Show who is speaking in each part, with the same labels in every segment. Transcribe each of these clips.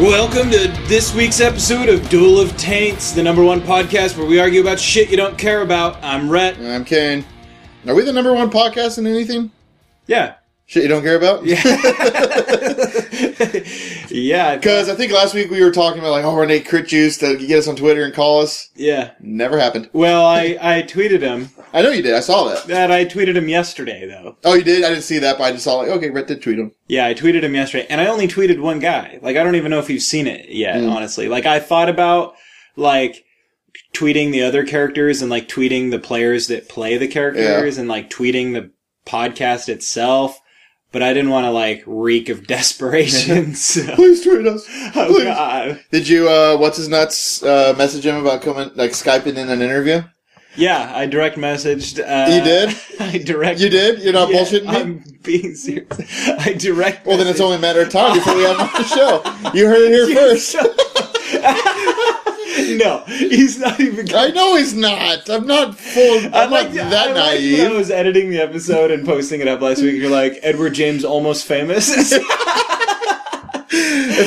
Speaker 1: Welcome to this week's episode of Duel of Taints, the number one podcast where we argue about shit you don't care about. I'm Rhett.
Speaker 2: I'm Kane. Are we the number one podcast in anything?
Speaker 1: Yeah.
Speaker 2: Shit you don't care about?
Speaker 1: yeah.
Speaker 2: Because I think last week we were talking about like, oh, we're Nate Crit Juice to get us on Twitter and call us.
Speaker 1: Yeah.
Speaker 2: Never happened.
Speaker 1: Well, I, I tweeted him.
Speaker 2: I know you did. I saw that.
Speaker 1: That I tweeted him yesterday, though.
Speaker 2: Oh, you did? I didn't see that, but I just saw like, okay, Rhett did tweet him.
Speaker 1: Yeah, I tweeted him yesterday, and I only tweeted one guy. Like, I don't even know if you've seen it yet,
Speaker 2: Mm.
Speaker 1: honestly. Like, I thought about, like, tweeting the other characters and, like, tweeting the players that play the characters and, like, tweeting the podcast itself, but I didn't want to, like, reek of desperation, so.
Speaker 2: Please tweet us.
Speaker 1: Oh,
Speaker 2: Please.
Speaker 1: God.
Speaker 2: Did you, uh, what's his nuts, uh, message him about coming, like Skyping in an interview?
Speaker 1: Yeah, I direct messaged. Uh,
Speaker 2: You did?
Speaker 1: I direct.
Speaker 2: You did? You're not
Speaker 1: Yeah,
Speaker 2: bullshitting me?
Speaker 1: I'm being serious. I direct.
Speaker 2: well, then it's
Speaker 1: messaged-
Speaker 2: only a matter of time before we have him on the show. You heard it here first.
Speaker 1: no, he's not even.
Speaker 2: I know he's not. I'm not full. I'm not that
Speaker 1: I like
Speaker 2: naive.
Speaker 1: when I was editing the episode and posting it up last week. You're like Edward James almost famous.
Speaker 2: if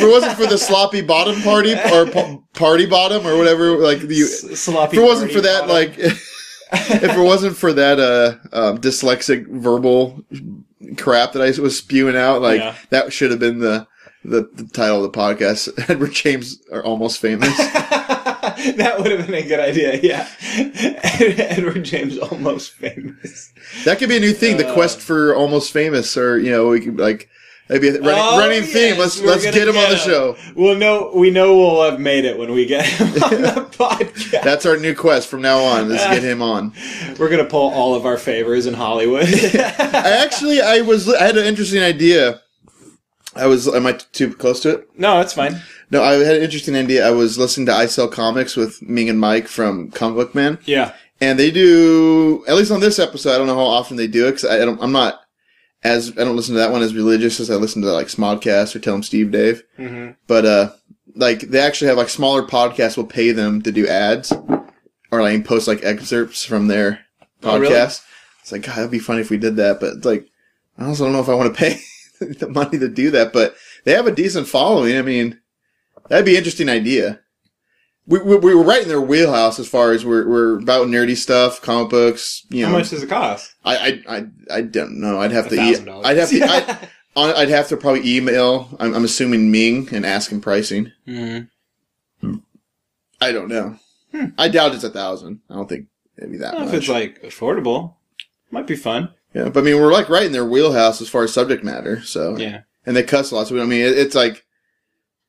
Speaker 2: it wasn't for the sloppy bottom party or p- party bottom or whatever, like you, if
Speaker 1: Sloppy.
Speaker 2: it wasn't for
Speaker 1: party
Speaker 2: that,
Speaker 1: bottom.
Speaker 2: like if it wasn't for that, uh, um, dyslexic verbal crap that I was spewing out, like
Speaker 1: Yeah.
Speaker 2: that should have been the, the the title of the podcast. Edward James are almost famous.
Speaker 1: that would have been a good idea. Yeah, Edward James almost famous.
Speaker 2: that could be a new thing.
Speaker 1: Uh.
Speaker 2: The quest for almost famous, or you know, we could like. Maybe a running,
Speaker 1: Oh,
Speaker 2: running theme.
Speaker 1: yes,
Speaker 2: Let's
Speaker 1: we're
Speaker 2: let's
Speaker 1: gonna
Speaker 2: get him on the
Speaker 1: him.
Speaker 2: show.
Speaker 1: We'll know. We know we'll have made it when we get him on the podcast.
Speaker 2: That's our new quest from now on. Let's get him on.
Speaker 1: We're gonna pull all of our favors in Hollywood.
Speaker 2: I actually, I was, I had an interesting idea. I was, am I too close to it?
Speaker 1: no, that's fine.
Speaker 2: No, I had an interesting idea. I was listening to I Sell Comics with Ming and Mike from Comic Book Man,
Speaker 1: Yeah.
Speaker 2: and they do, at least on this episode, I don't know how often they do it, because I, I don't, I'm not as, I don't listen to that one as religious as I listen to like Smodcast or Tell 'em Steve Dave.
Speaker 1: hmm
Speaker 2: But, uh, like, they actually have like smaller podcasts will pay them to do ads, or like post like excerpts from their podcast.
Speaker 1: Oh, really?
Speaker 2: It's like, God, that'd be funny if we did that, but like, I also don't know if I want to pay the money to do that, but they have a decent following. I mean, that'd be an interesting idea. We, we, we were right in their wheelhouse as far as we're, we're about nerdy stuff, comic books, you know.
Speaker 1: How much does it cost?
Speaker 2: I, I, I, I don't know. I'd have to, e-
Speaker 1: $1,000.
Speaker 2: I'd have to, I'd, on- I'd have to probably email, I'm, I'm assuming Ming and ask him pricing.
Speaker 1: Mhm.
Speaker 2: I don't know. I doubt it's a thousand. I don't think it'd be that
Speaker 1: I don't know Hmm. if it's
Speaker 2: much.
Speaker 1: like affordable. Might be fun.
Speaker 2: yeah, but I mean, we're like right in their wheelhouse as far as subject matter. So
Speaker 1: Yeah.
Speaker 2: and they cuss a lot. So I mean, it, it's like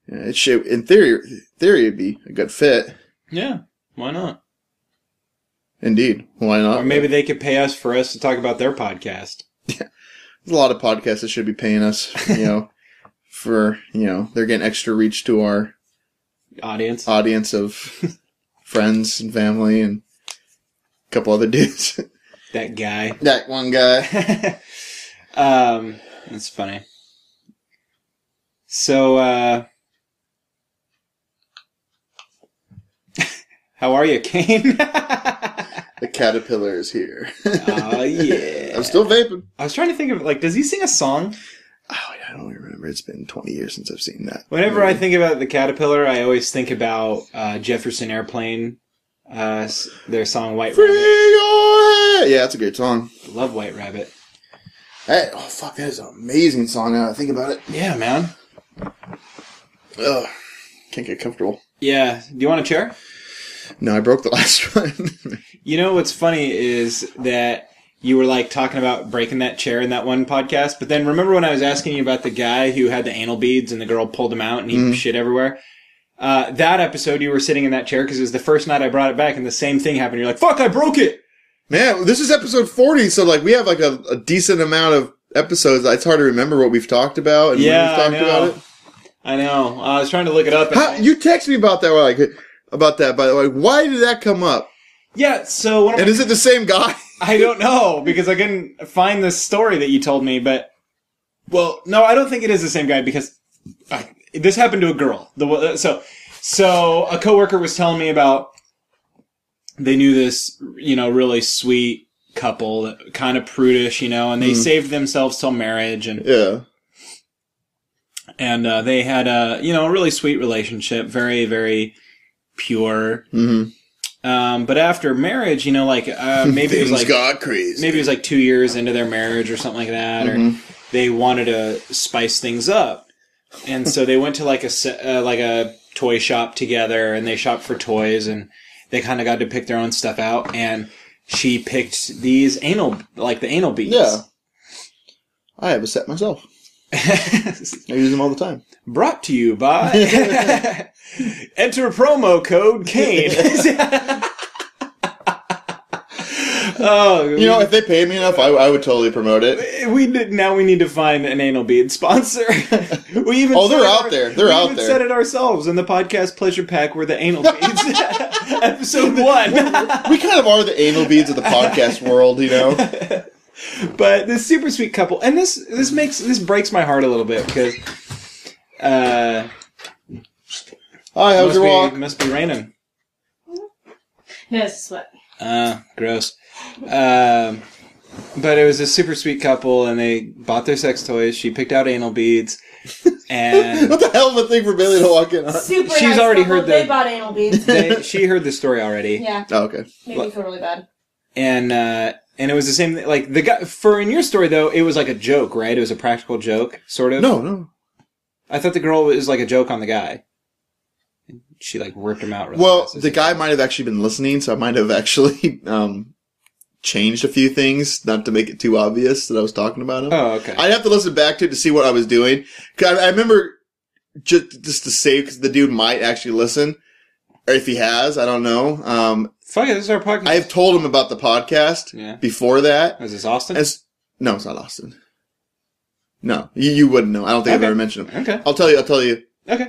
Speaker 2: you know, it should. In theory, theory it'd be a good fit.
Speaker 1: Yeah. Why not?
Speaker 2: Indeed, why not?
Speaker 1: Or maybe they could pay us for us to talk about their podcast.
Speaker 2: There's a lot of podcasts that should be paying us. You know, for you know they're getting extra reach to our
Speaker 1: Audience.
Speaker 2: audience of friends and family and a couple other dudes.
Speaker 1: that guy.
Speaker 2: that one guy.
Speaker 1: um, that's funny. So, uh, how are you, Kane?
Speaker 2: The caterpillar is here.
Speaker 1: Oh yeah.
Speaker 2: I'm still vaping.
Speaker 1: I was trying to think of like, does he sing a song?
Speaker 2: Oh, yeah, I don't remember. It's been 20 years since I've seen that.
Speaker 1: Whenever I think about the caterpillar, I always think about uh, Jefferson Airplane. Uh, s- their song "White
Speaker 2: Free
Speaker 1: Rabbit."
Speaker 2: your head. Yeah, that's a great song.
Speaker 1: Love "White Rabbit."
Speaker 2: That, oh, fuck, that is an amazing song now that I think about it.
Speaker 1: Yeah, man.
Speaker 2: Ugh, can't get comfortable.
Speaker 1: Yeah. Do you want a chair?
Speaker 2: No, I broke the last one.
Speaker 1: You know what's funny is that you were like talking about breaking that chair in that one podcast, but then remember when I was asking you about the guy who had the anal beads and the girl pulled him out and
Speaker 2: Mm-hmm.
Speaker 1: he shit everywhere? Uh, that episode, you were sitting in that chair because it was the first night I brought it back, and the same thing happened. You're like, "Fuck, I broke it."
Speaker 2: Man, this is episode 40, so like we have like a, a decent amount of episodes. It's hard to remember what we've talked about and
Speaker 1: Yeah,
Speaker 2: when
Speaker 1: I
Speaker 2: we've talked
Speaker 1: know.
Speaker 2: about it.
Speaker 1: I know. I was trying to look it up. and
Speaker 2: How,
Speaker 1: I-
Speaker 2: you text me about that, like, about that, by the way. Why did that come up?
Speaker 1: yeah. So one of
Speaker 2: And is it the same guy?
Speaker 1: I don't know because I couldn't find this story that you told me, but well, no, I don't think it is the same guy because I, this happened to a girl. The wo- so so a coworker was telling me about they knew this you know really sweet couple that
Speaker 2: Mm-hmm.
Speaker 1: kind of prudish you know and they saved themselves till marriage and
Speaker 2: yeah.
Speaker 1: and uh, they had a you know a really sweet relationship, very very pure.
Speaker 2: Mm-hmm.
Speaker 1: Um, but after marriage, you know, like uh, maybe it was
Speaker 2: Things
Speaker 1: like
Speaker 2: got crazy. Mm-hmm.
Speaker 1: maybe it was like two years into their marriage or something like that, or they wanted to spice things up, and so they went to like a se- uh, like a toy shop together, and they shopped for toys, and they kind of got to pick their own stuff out, and she picked these anal like the anal beads.
Speaker 2: Yeah. I have a set myself. I use them all the time.
Speaker 1: Brought to you by Enter promo code Kane. oh,
Speaker 2: You know, if they paid me enough, I, I would totally promote it.
Speaker 1: we did, now we need to find an anal bead sponsor. we even
Speaker 2: Oh, they're
Speaker 1: said it
Speaker 2: out there. They're
Speaker 1: we
Speaker 2: out
Speaker 1: even
Speaker 2: there.
Speaker 1: Said it ourselves in the podcast pleasure pack. We're the anal beads. Episode one.
Speaker 2: We kind of are the anal beads of the podcast world, you know.
Speaker 1: but this super sweet couple, and this this makes this breaks my heart a little bit because uh,
Speaker 2: Hi, how's
Speaker 1: must
Speaker 2: your walk?
Speaker 1: be must be raining.
Speaker 3: No, it's a sweat.
Speaker 1: Uh, gross. Um, but it was a super sweet couple, and they bought their sex toys. She picked out anal beads, and
Speaker 2: What the hell of a thing for Bailey to walk in on?
Speaker 3: Super.
Speaker 1: She's
Speaker 3: nice
Speaker 1: already
Speaker 3: couple.
Speaker 1: heard
Speaker 3: They
Speaker 1: the-
Speaker 3: bought anal beads.
Speaker 1: they, she heard the story already.
Speaker 3: yeah,
Speaker 2: Oh, okay.
Speaker 3: made me feel really bad.
Speaker 1: And uh, and it was the same. thing- Like the guy for in your story though, it was like a joke, right? It was a practical joke, sort of.
Speaker 2: No, no.
Speaker 1: I thought the girl was like a joke on the guy. She like ripped him out. Really
Speaker 2: Well,
Speaker 1: fast.
Speaker 2: the guy might have actually been listening, so I might have actually um, changed a few things, not to make it too obvious that I was talking about him.
Speaker 1: Oh, okay.
Speaker 2: I'd have to listen back to it to see what I was doing. 'Cause I, I remember just just to say because the dude might actually listen, or if he has, I don't know. Um,
Speaker 1: Fuck it, this is our podcast.
Speaker 2: I've told him about the podcast
Speaker 1: yeah.
Speaker 2: before that.
Speaker 1: Was this Austin?
Speaker 2: As no, it's not Austin. No, you, you wouldn't know. I don't think I've
Speaker 1: Okay.
Speaker 2: ever mentioned him.
Speaker 1: okay.
Speaker 2: I'll tell you. I'll tell you.
Speaker 1: Okay.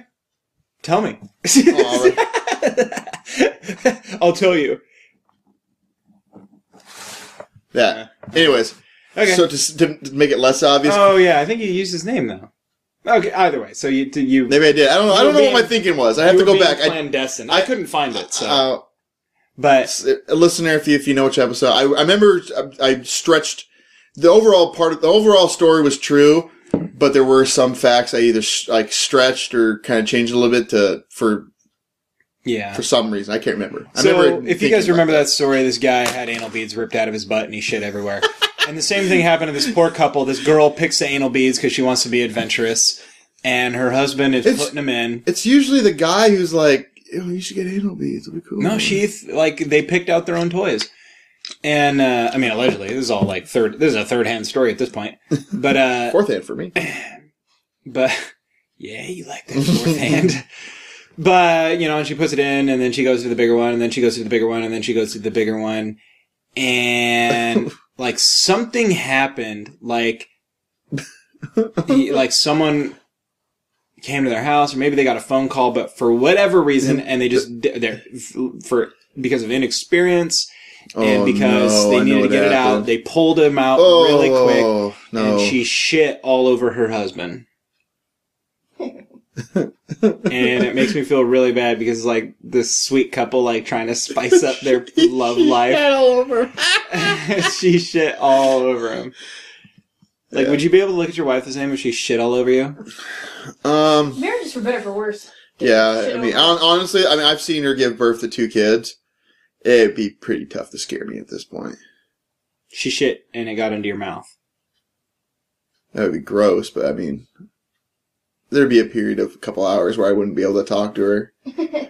Speaker 1: Tell me.
Speaker 2: all right.
Speaker 1: I'll tell you.
Speaker 2: That. Anyways.
Speaker 1: Okay.
Speaker 2: So to, s- to to make it less obvious,
Speaker 1: oh yeah, I think you used his name though. Okay. Either way, so you did you.
Speaker 2: maybe I did. I don't know. I
Speaker 1: You
Speaker 2: don't
Speaker 1: were
Speaker 2: know what my
Speaker 1: being-
Speaker 2: thinking was. I have
Speaker 1: you
Speaker 2: to
Speaker 1: were being
Speaker 2: go back. I,
Speaker 1: Clandestine. I, couldn't find it. So,
Speaker 2: uh,
Speaker 1: but
Speaker 2: a listener, if you if you know which episode, I, I remember I, I stretched the overall part of the overall story was true, but there were some facts I either sh- like stretched or kind of changed a little bit to for
Speaker 1: yeah.
Speaker 2: for some reason I can't remember. I
Speaker 1: So
Speaker 2: remember
Speaker 1: if you guys
Speaker 2: thinking about
Speaker 1: remember that story, this guy had anal beads ripped out of his butt and he shit everywhere. and the same thing happened to this poor couple. This girl picks the anal beads because she wants to be adventurous, and her husband is
Speaker 2: It's-
Speaker 1: putting them in.
Speaker 2: it's usually the guy who's like, oh, you should get anal beads. It'll be cool.
Speaker 1: No, she th- like they picked out their own toys, and uh, I mean allegedly this is all like third. This is a third hand story at this point, but uh,
Speaker 2: fourth hand for me.
Speaker 1: but yeah, you like that fourth hand. But you know, and she puts it in, and then she goes to the bigger one, and then she goes to the bigger one, and then she goes to the bigger one, and like something happened, like the, like someone came to their house, or maybe they got a phone call, but for whatever reason, and they just they're for because of inexperience and
Speaker 2: Oh,
Speaker 1: because
Speaker 2: no, I
Speaker 1: they
Speaker 2: know
Speaker 1: needed to
Speaker 2: what
Speaker 1: get it out,
Speaker 2: happened.
Speaker 1: they pulled him out
Speaker 2: oh,
Speaker 1: really quick
Speaker 2: No.
Speaker 1: and she shit all over her husband. and it makes me feel really bad because it's like this sweet couple like trying to spice up their love life.
Speaker 2: all over.
Speaker 1: she shit all over him. Like, would you be able to look at your wife the same if she shit all over you?
Speaker 2: Um.
Speaker 3: Marriages for better for worse.
Speaker 2: Yeah,
Speaker 3: Shit
Speaker 2: I mean,
Speaker 3: over.
Speaker 2: hon- honestly, I mean, I've seen her give birth to two kids. It'd be pretty tough to scare me at this point.
Speaker 1: She shit and it got into your mouth.
Speaker 2: That would be gross, but I mean, there'd be a period of a couple hours where I wouldn't be able to talk to her.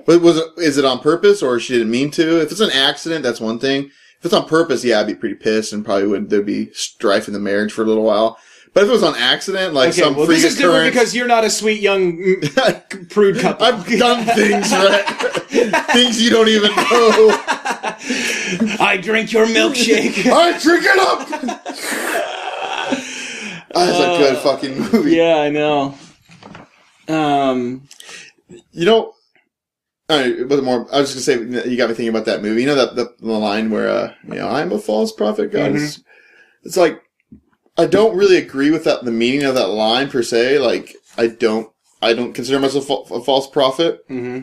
Speaker 2: but was it, is it on purpose or she didn't mean to? If it's an accident, that's one thing. If it's on purpose, yeah, I'd be pretty pissed and probably would there'd be strife in the marriage for a little while. But if it was on accident, like
Speaker 1: Okay,
Speaker 2: some
Speaker 1: well,
Speaker 2: freak
Speaker 1: this is different
Speaker 2: occurrence,
Speaker 1: because you're not a sweet young mm, prude couple.
Speaker 2: I've done things right, things you don't even know.
Speaker 1: I drink your milkshake.
Speaker 2: I drink it up. That's a good fucking movie.
Speaker 1: Uh, yeah, I know. Um,
Speaker 2: You know, all right, but more, I was just gonna say you got me thinking about that movie. You know that the, the line where uh, you know I'm a false prophet, God.
Speaker 1: Mm-hmm.
Speaker 2: is-" It's like I don't really agree with that. The meaning of that line per se. Like I don't, I don't consider myself fa- a false prophet,
Speaker 1: hmm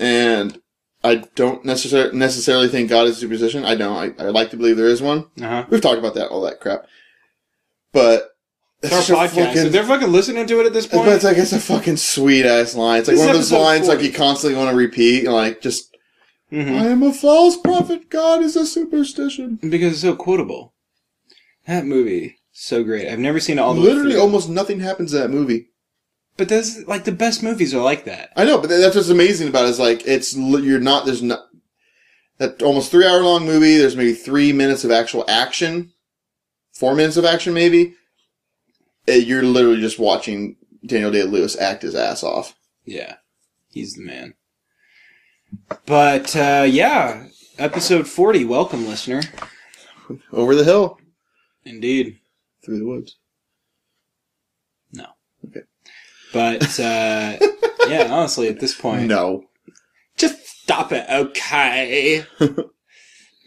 Speaker 2: and I don't necessar- necessarily think God is a superstition. I don't. I, I like to believe there is one.
Speaker 1: Uh-huh.
Speaker 2: We've talked about that, all that crap. But
Speaker 1: It's our
Speaker 2: It's your
Speaker 1: podcast.
Speaker 2: fucking-
Speaker 1: if they're fucking listening to it at this point,
Speaker 2: But it's like it's a fucking sweet ass line. It's like
Speaker 1: This
Speaker 2: one of those
Speaker 1: episode
Speaker 2: lines like
Speaker 1: 40.
Speaker 2: you constantly want to repeat. And like just,
Speaker 1: Mhm.
Speaker 2: I am a false prophet. God is a superstition.
Speaker 1: because it's so quotable. That movie, so great. I've never seen it all the way
Speaker 2: Literally,
Speaker 1: through.
Speaker 2: almost nothing happens in that movie.
Speaker 1: But that's like the best movies are like that.
Speaker 2: I know, but that's what's amazing about it is like it's li- you're not there's not that almost three hour long movie. There's maybe three minutes of actual action, four minutes of action maybe. Uh, You're literally just watching Daniel Day Lewis act his ass off.
Speaker 1: Yeah, he's the man. But uh, yeah, episode forty. Welcome, listener.
Speaker 2: Over the hill,
Speaker 1: Indeed.
Speaker 2: through the woods.
Speaker 1: But uh, yeah, honestly, at this point,
Speaker 2: No,
Speaker 1: just stop it, okay?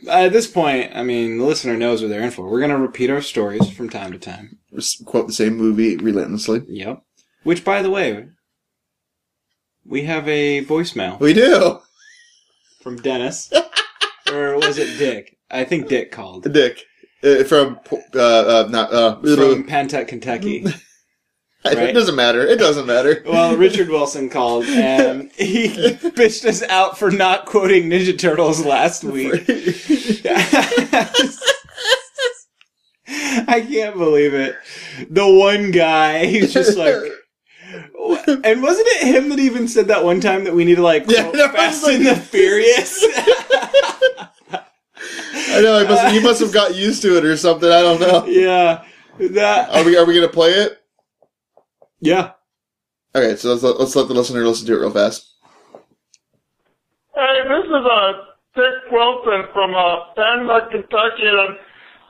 Speaker 1: at this point, I mean, the listener knows what they're in for. We're gonna repeat our stories from time to time.
Speaker 2: S- quote the same movie relentlessly.
Speaker 1: Yep. Which, by the way, we have a voicemail
Speaker 2: We do.
Speaker 1: from Dennis, or was it Dick? I think Dick called
Speaker 2: Dick uh, from uh, uh not uh.
Speaker 1: from Pantucket, Kentucky.
Speaker 2: It doesn't matter. It doesn't matter.
Speaker 1: Well, Richard Wilson called and he bitched us out for not quoting Ninja Turtles last week. I can't believe it. The one guy, he's just like. And wasn't it him that even said that one time that we need to like
Speaker 2: Yeah,
Speaker 1: quote
Speaker 2: that was
Speaker 1: Fast
Speaker 2: like-
Speaker 1: and the Furious?
Speaker 2: I know. I must, you must have got used to it or something. I don't know.
Speaker 1: yeah, that.
Speaker 2: Are we are we gonna play it?
Speaker 1: Yeah,
Speaker 2: Okay, so let's let, let's let the listener listen to it real fast.
Speaker 4: Hey, this is uh, Dick Wilson from uh, Denver, Kentucky, and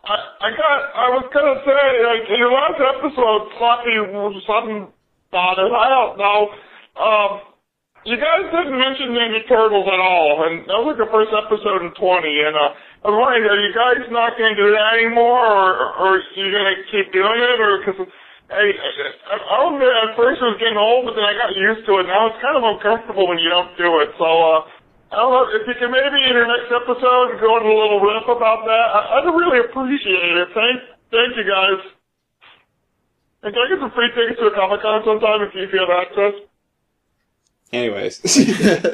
Speaker 4: I, I got I was gonna say like, in your last episode, Sloppy was something about it. I don't know. Um, you guys didn't mention Ninja Turtles at all, and that was like the first episode in twenty. And uh, I was wondering, are you guys not gonna do that anymore, or or you gonna keep doing it, or because I, I, I was at first it was getting old, but then I got used to it. Now it's kind of uncomfortable when you don't do it. So. uh I don't know if you can maybe in your next episode go into a little riff about that. I, I'd really appreciate it. Thank, thank you guys. And can I get some free tickets to a Comic Con sometime if you if you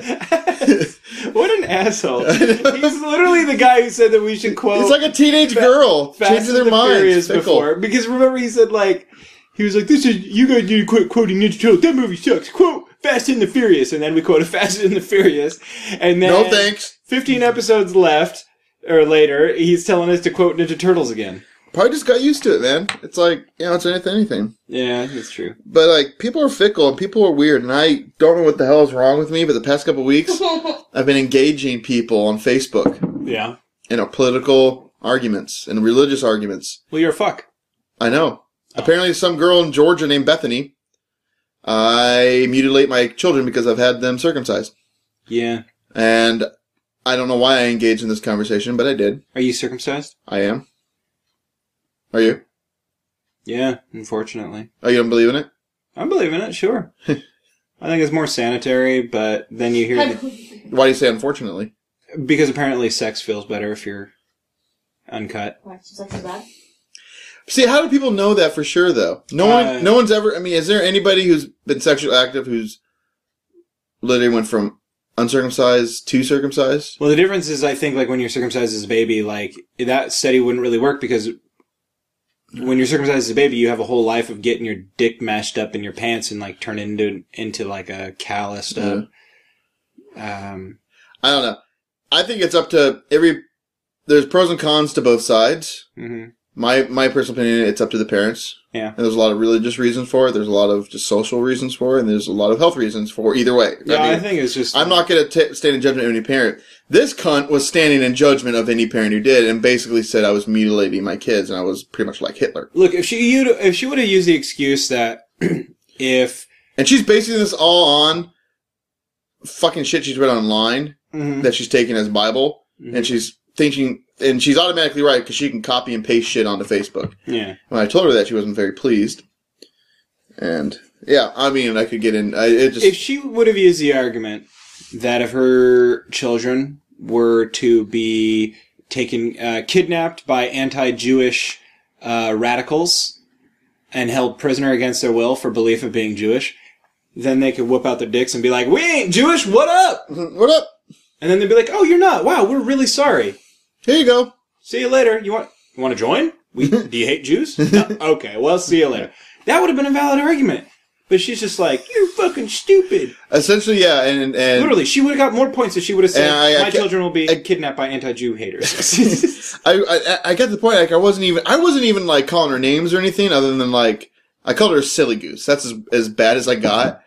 Speaker 4: have access?
Speaker 1: Anyways, what an asshole! He's literally the guy who said that we should quote.
Speaker 2: It's like a teenage girl
Speaker 1: Fast
Speaker 2: changing their
Speaker 1: and the
Speaker 2: minds.
Speaker 1: Furious
Speaker 2: Fickle.
Speaker 1: before because remember he said like he was like this is you guys need to quit quoting Ninja Turtles that movie sucks quote Fast and the Furious and then we quoted Fast and the Furious and then
Speaker 2: No thanks.
Speaker 1: fifteen episodes left or later he's telling us to quote Ninja Turtles again
Speaker 2: Probably just got used to it, man. It's like you know, it's anything, anything.
Speaker 1: yeah that's true
Speaker 2: But like, people are fickle and people are weird, and I don't know what the hell is wrong with me. But the past couple weeks, I've been engaging people on Facebook
Speaker 1: yeah
Speaker 2: in a political arguments and religious arguments.
Speaker 1: well you're a fuck
Speaker 2: I know. Apparently, some girl in Georgia named Bethany. I mutilate my children because I've had them circumcised,
Speaker 1: yeah
Speaker 2: and I don't know why I engaged in this conversation, but I did.
Speaker 1: are you circumcised
Speaker 2: I am. Are you?
Speaker 1: yeah unfortunately
Speaker 2: Oh, you don't believe in it?
Speaker 1: I believe in it sure I think it's more sanitary but then you hear
Speaker 3: I
Speaker 1: the
Speaker 3: believe it.
Speaker 2: Why do you say unfortunately?
Speaker 1: Because apparently sex feels better if you're uncut.
Speaker 3: Why is sex so bad?
Speaker 2: See, how do people know that for sure, though? No
Speaker 1: Uh,
Speaker 2: one, no one's ever. I mean, is there anybody who's been sexually active who's literally went from uncircumcised to circumcised?
Speaker 1: Well, the difference is, I think, like when you're circumcised as a baby, like that study wouldn't really work because when you're circumcised as a baby, you have a whole life of getting your dick mashed up in your pants and like turn into into like a calloused up.
Speaker 2: Mm-hmm.
Speaker 1: Um,
Speaker 2: I don't know. I think it's up to every. There's pros and cons to both sides.
Speaker 1: mhm.
Speaker 2: My my personal opinion, it's up to the parents.
Speaker 1: Yeah.
Speaker 2: And there's a lot of religious reasons for it. There's a lot of just social reasons for it, and there's a lot of health reasons for either way.
Speaker 1: Yeah, I,
Speaker 2: I mean,
Speaker 1: think it's just.
Speaker 2: I'm not going to stand in judgment of any parent. This cunt was standing in judgment of any parent who did, and basically said I was mutilating my kids, and I was pretty much like Hitler.
Speaker 1: Look, if she you'd- if she would have used the excuse that if
Speaker 2: And she's basing this all on fucking shit she's read online
Speaker 1: mhm,
Speaker 2: that she's taking as Bible,
Speaker 1: Mm-hmm.
Speaker 2: and she's thinking, and she's automatically right because she can copy and paste shit onto Facebook.
Speaker 1: yeah,
Speaker 2: When I told her that, she wasn't very pleased. And yeah, I mean, I could get in. I, it just
Speaker 1: if she would have used the argument that if her children were to be taken uh, kidnapped by anti-Jewish uh, radicals and held prisoner against their will for belief of being Jewish, then they could whoop out their dicks and be like, "We ain't Jewish. What up?"
Speaker 2: What up?
Speaker 1: And then they'd be like, "Oh, you're not. Wow, we're really sorry.
Speaker 2: Here you go.
Speaker 1: See you later. You want you want to join? We do you hate Jews? No? Okay, well, see you later." That would have been a valid argument, but she's just like, "You're fucking stupid."
Speaker 2: Essentially, yeah, and and
Speaker 1: Literally, she would have got more points if she would have said,
Speaker 2: And I- I
Speaker 1: "My
Speaker 2: ca-
Speaker 1: children will be
Speaker 2: I-
Speaker 1: kidnapped by anti-Jew haters."
Speaker 2: I, I I got the point. Like I wasn't even I wasn't even like calling her names or anything other than like I called her a silly goose. That's as, as bad as I got.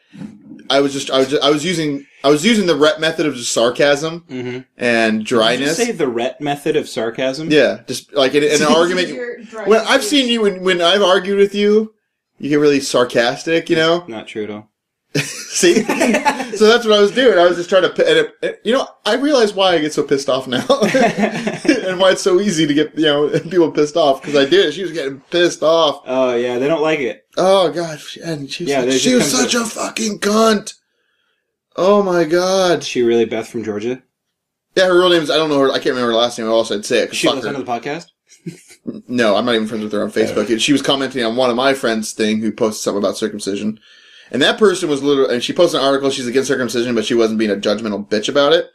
Speaker 2: I was just I was just, I was using I was using the rep method of just sarcasm
Speaker 1: mm-hmm.
Speaker 2: and
Speaker 1: Did you
Speaker 2: dryness.
Speaker 1: say the Rhett method of sarcasm?
Speaker 2: yeah, just like in, in an argument.
Speaker 3: You're drunk.
Speaker 2: When I've seen you when, when I've argued with you, you get really sarcastic. You know,
Speaker 1: Not true at all.
Speaker 2: see. so that's what I was doing. I was just trying to. pi- And it, it- you know, I realize why I get so pissed off now. and why it's so easy to get you know people pissed off because I did. She was getting pissed off.
Speaker 1: Oh yeah, they don't like it.
Speaker 2: Oh god, and she was,
Speaker 1: Yeah,
Speaker 2: like-
Speaker 1: they
Speaker 2: she
Speaker 1: just
Speaker 2: was
Speaker 1: come to-
Speaker 2: such a fucking cunt. Oh my god.
Speaker 1: Is she really Beth from Georgia?
Speaker 2: Yeah, her real name's I don't know her. I can't remember her last name. Or else I'd say it. 'cause
Speaker 1: She
Speaker 2: fuck
Speaker 1: listen
Speaker 2: her.
Speaker 1: to the podcast.
Speaker 2: No, I'm not even friends with her on Facebook. She was commenting on one of my friends' thing who posted something about circumcision, and that person was literally. And she posted an article. She's against circumcision, but she wasn't being a judgmental bitch about it.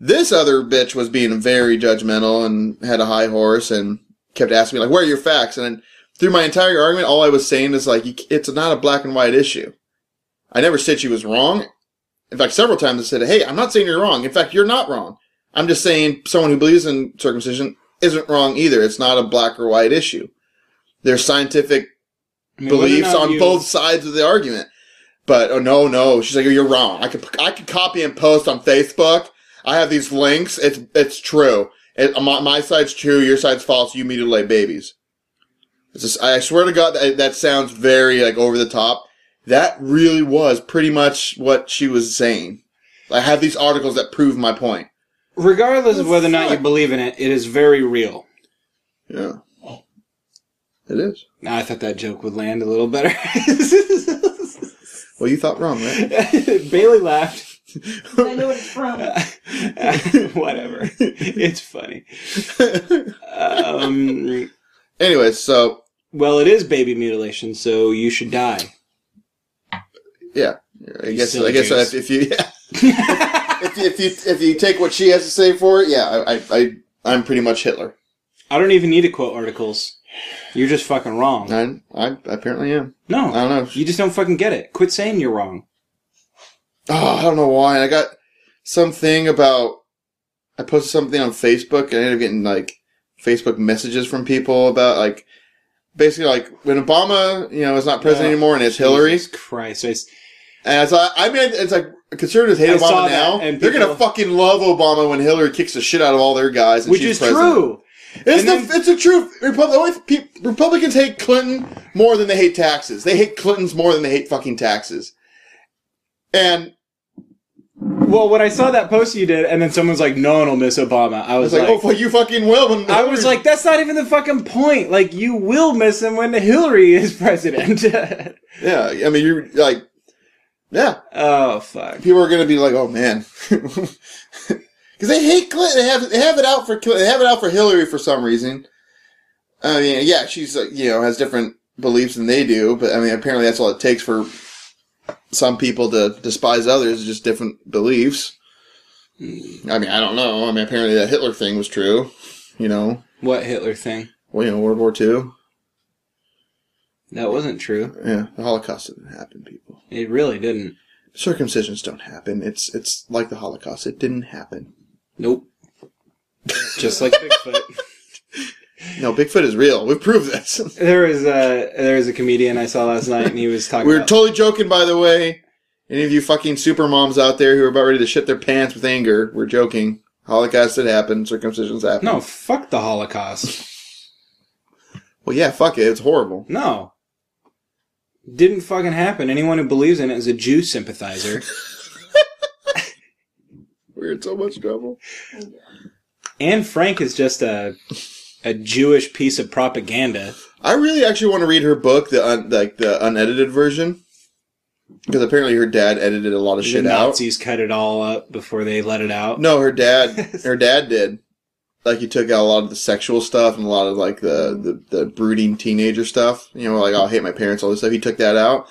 Speaker 2: This other bitch was being very judgmental and had a high horse and kept asking me like, "Where are your facts?" And then through my entire argument, all I was saying is like, you c- "It's not a black and white issue." I never said she was wrong. In fact, several times I said, "Hey, I'm not saying you're wrong. In fact, you're not wrong. I'm just saying someone who believes in circumcision isn't wrong either. It's not a black or white issue. There's scientific
Speaker 1: I mean, whether or
Speaker 2: beliefs
Speaker 1: not
Speaker 2: on
Speaker 1: you-
Speaker 2: both sides of the argument. But oh no, no, she's like, oh, you're wrong. I could I could copy and post on Facebook. I have these links. It's it's true. It, my, my side's true. Your side's false. You mutilate babies. It's just, I swear to God, that, that sounds very like over the top. That really was pretty much what she was saying. I have these articles that prove my point.
Speaker 1: Regardless of
Speaker 2: Oh,
Speaker 1: whether or not you
Speaker 2: fuck.
Speaker 1: believe in it, it is very real.
Speaker 2: Yeah, it is.
Speaker 1: Now I thought that joke would land a little better.
Speaker 2: Well, you thought wrong, right?
Speaker 1: Bailey laughed.
Speaker 3: I know what it's from.
Speaker 1: Whatever. It's funny. Um,
Speaker 2: Anyway, so
Speaker 1: well, it is baby mutilation, so you should die.
Speaker 2: yeah, I
Speaker 1: You
Speaker 2: guess
Speaker 1: silly
Speaker 2: I guess
Speaker 1: goose.
Speaker 2: if, if you yeah. if you if you if you take what she has to say for it, yeah, I I, I I'm pretty much Hitler.
Speaker 1: I don't even need to quote articles. You're just fucking wrong.
Speaker 2: I I apparently am. I
Speaker 1: No,
Speaker 2: don't know.
Speaker 1: you just don't fucking get it. Quit saying you're wrong.
Speaker 2: Oh, I don't know why. And I got something about I posted something on Facebook and I ended up getting like Facebook messages from people about like basically like when Obama you know is not president
Speaker 1: Yeah.
Speaker 2: anymore and it's Hillary.
Speaker 1: Jesus Christ. I s-
Speaker 2: And it's like, I mean, it's like conservatives hate
Speaker 1: I saw
Speaker 2: Obama
Speaker 1: that,
Speaker 2: now.
Speaker 1: and
Speaker 2: They're gonna
Speaker 1: people-
Speaker 2: fucking love Obama when Hillary kicks the shit out of all their guys, and
Speaker 1: which
Speaker 2: she's
Speaker 1: is
Speaker 2: president.
Speaker 1: true.
Speaker 2: It's
Speaker 1: And
Speaker 2: the
Speaker 1: then-
Speaker 2: it's the truth. Repub- the only pe- Republicans hate Clinton more than they hate taxes. They hate Clintons more than they hate fucking taxes. And
Speaker 1: Well, when I saw that post you did, and then someone's like, "No one will miss Obama," I was
Speaker 2: it's like,
Speaker 1: like,
Speaker 2: oh, well, you fucking will. When
Speaker 1: "I was like, that's not even the fucking point. Like, you will miss him when Hillary is president."
Speaker 2: yeah. I mean, you're like, yeah.
Speaker 1: oh fuck.
Speaker 2: People are gonna be like, oh man, because they hate Clinton. They have they have it out for Clinton. They have it out for Hillary for some reason. I mean, yeah, she's uh, you know has different beliefs than they do, but I mean, apparently that's all it takes for some people to despise others, just different beliefs. I mean, I don't know. I mean, apparently that Hitler thing was true. You know,
Speaker 1: What Hitler thing?
Speaker 2: well, you know, World War Two.
Speaker 1: That wasn't true.
Speaker 2: Yeah, the Holocaust didn't happen, people.
Speaker 1: It really didn't.
Speaker 2: Circumcisions don't happen. It's it's like the Holocaust. It didn't happen.
Speaker 1: Nope. Just like Bigfoot.
Speaker 2: No, Bigfoot is real. We've proved this.
Speaker 1: There was a there was a comedian I saw last night, and he was talking.
Speaker 2: We were
Speaker 1: about-
Speaker 2: totally joking, by the way. Any of you fucking super moms out there who are about ready to shit their pants with anger, we're joking. Holocaust did happen, circumcisions happened.
Speaker 1: No, fuck the Holocaust.
Speaker 2: Well, yeah, fuck it. It's horrible.
Speaker 1: No. Didn't fucking happen. Anyone who believes in it is a Jew sympathizer.
Speaker 2: We're in so much trouble.
Speaker 1: Anne Frank is just a a Jewish piece of propaganda.
Speaker 2: I really actually want to read her book, the un- like the unedited version, because apparently her dad edited a lot of
Speaker 1: The
Speaker 2: shit out.
Speaker 1: Nazis cut it all up before they let it out.
Speaker 2: No, her dad, her dad did. like you took out a lot of the sexual stuff and a lot of like the the, the brooding teenager stuff. You know, like I'll hate my parents, all this stuff. He took that out.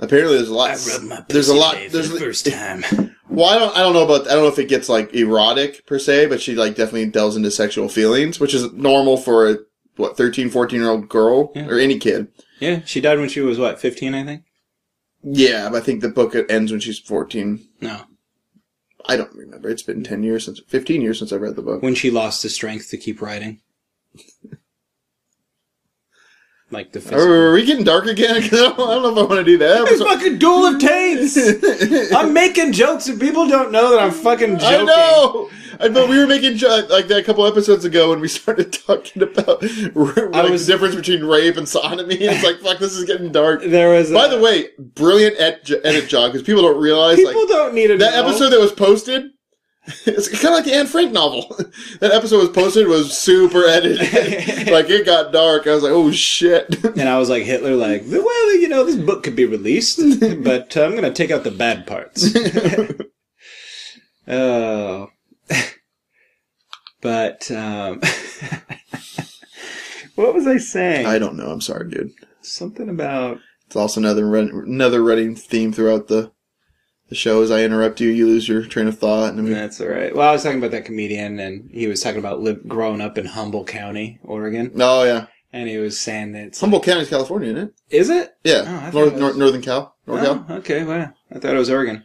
Speaker 2: Apparently, there's a lot.
Speaker 1: I rubbed my
Speaker 2: there's a
Speaker 1: pussy
Speaker 2: lot.
Speaker 1: today for
Speaker 2: There's
Speaker 1: the first time.
Speaker 2: well, I don't. I don't know about. I don't know if it gets like erotic per se, but she like definitely delves into sexual feelings, which is normal for a what 13, 14 year old girl
Speaker 1: Yeah.
Speaker 2: or any kid.
Speaker 1: Yeah, she died when she was what, fifteen, I think.
Speaker 2: Yeah, but I think the book ends when she's fourteen.
Speaker 1: No,
Speaker 2: I don't remember. It's been ten years since, fifteen years since I read the book.
Speaker 1: when she lost the strength to keep writing. Like the physical.
Speaker 2: Are we getting dark again? 'Cause I don't, I don't know if I want to do that.
Speaker 1: It's fucking duel of taints. I'm making jokes and people don't know that I'm fucking joking.
Speaker 2: I know. I, but we were making jo- like that a couple episodes ago when we started talking about like,
Speaker 1: was-
Speaker 2: the difference between rape and sodomy. It's like fuck, this is getting dark.
Speaker 1: There was.
Speaker 2: By
Speaker 1: a-
Speaker 2: the way, brilliant ed- edit job because people don't realize
Speaker 1: people
Speaker 2: like
Speaker 1: don't need to
Speaker 2: that
Speaker 1: know.
Speaker 2: episode that was posted. It's kind of like the Anne Frank novel. that episode was posted was super edited. like it got dark. I was like, oh shit.
Speaker 1: And I was like Hitler, like, well, you know, this book could be released, but I'm gonna take out the bad parts. oh, but um, what was I saying?
Speaker 2: I don't know. I'm sorry, dude.
Speaker 1: Something about
Speaker 2: It's also another run- another running theme throughout the the show. As I interrupt you, you lose your train of thought, and I mean,
Speaker 1: that's all right. Well, I was talking about that comedian, and he was talking about live, growing up in Humboldt County, Oregon,
Speaker 2: oh yeah,
Speaker 1: and he was saying that it's
Speaker 2: Humboldt County, California, isn't it?
Speaker 1: is it? Oh, I
Speaker 2: Yeah,
Speaker 1: thought
Speaker 2: North,
Speaker 1: it was-
Speaker 2: North Northern Cal, North Cal.
Speaker 1: Oh, okay, wow. I thought it was Oregon.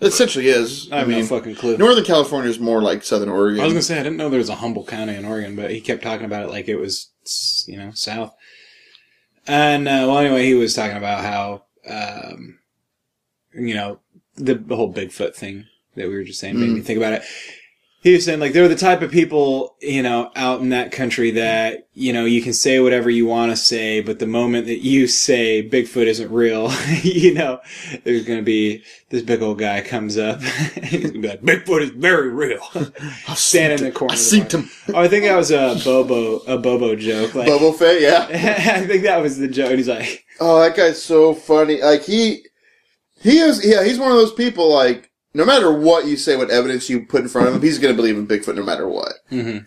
Speaker 2: It essentially is.
Speaker 1: I have no fucking clue.
Speaker 2: Northern California is more like Southern Oregon.
Speaker 1: I was gonna say I didn't know there was a Humboldt County in Oregon, but he kept talking about it like it was, you know, south. And uh, well, anyway, he was talking about how, um, you know, the, the whole Bigfoot thing that we were just saying made me think about it. He was saying like they're the type of people, you know, out in that country that you know you can say whatever you want to say, but the moment that you say Bigfoot isn't real, you know, there's gonna be this big old guy comes up and he's gonna be like, Bigfoot is very real.
Speaker 2: I've
Speaker 1: stand in
Speaker 2: seen
Speaker 1: the corner
Speaker 2: I
Speaker 1: of the
Speaker 2: seen
Speaker 1: bar.
Speaker 2: him.
Speaker 1: Oh, I think that was a Bobo a Bobo joke. Like,
Speaker 2: Bubble Fett, yeah.
Speaker 1: I think that was the joke. And he's like,
Speaker 2: Oh, that guy's so funny. Like he, he is. Yeah, he's one of those people. Like no matter what you say, what evidence you put in front of him, he's gonna believe in Bigfoot no matter what.
Speaker 1: Mhm.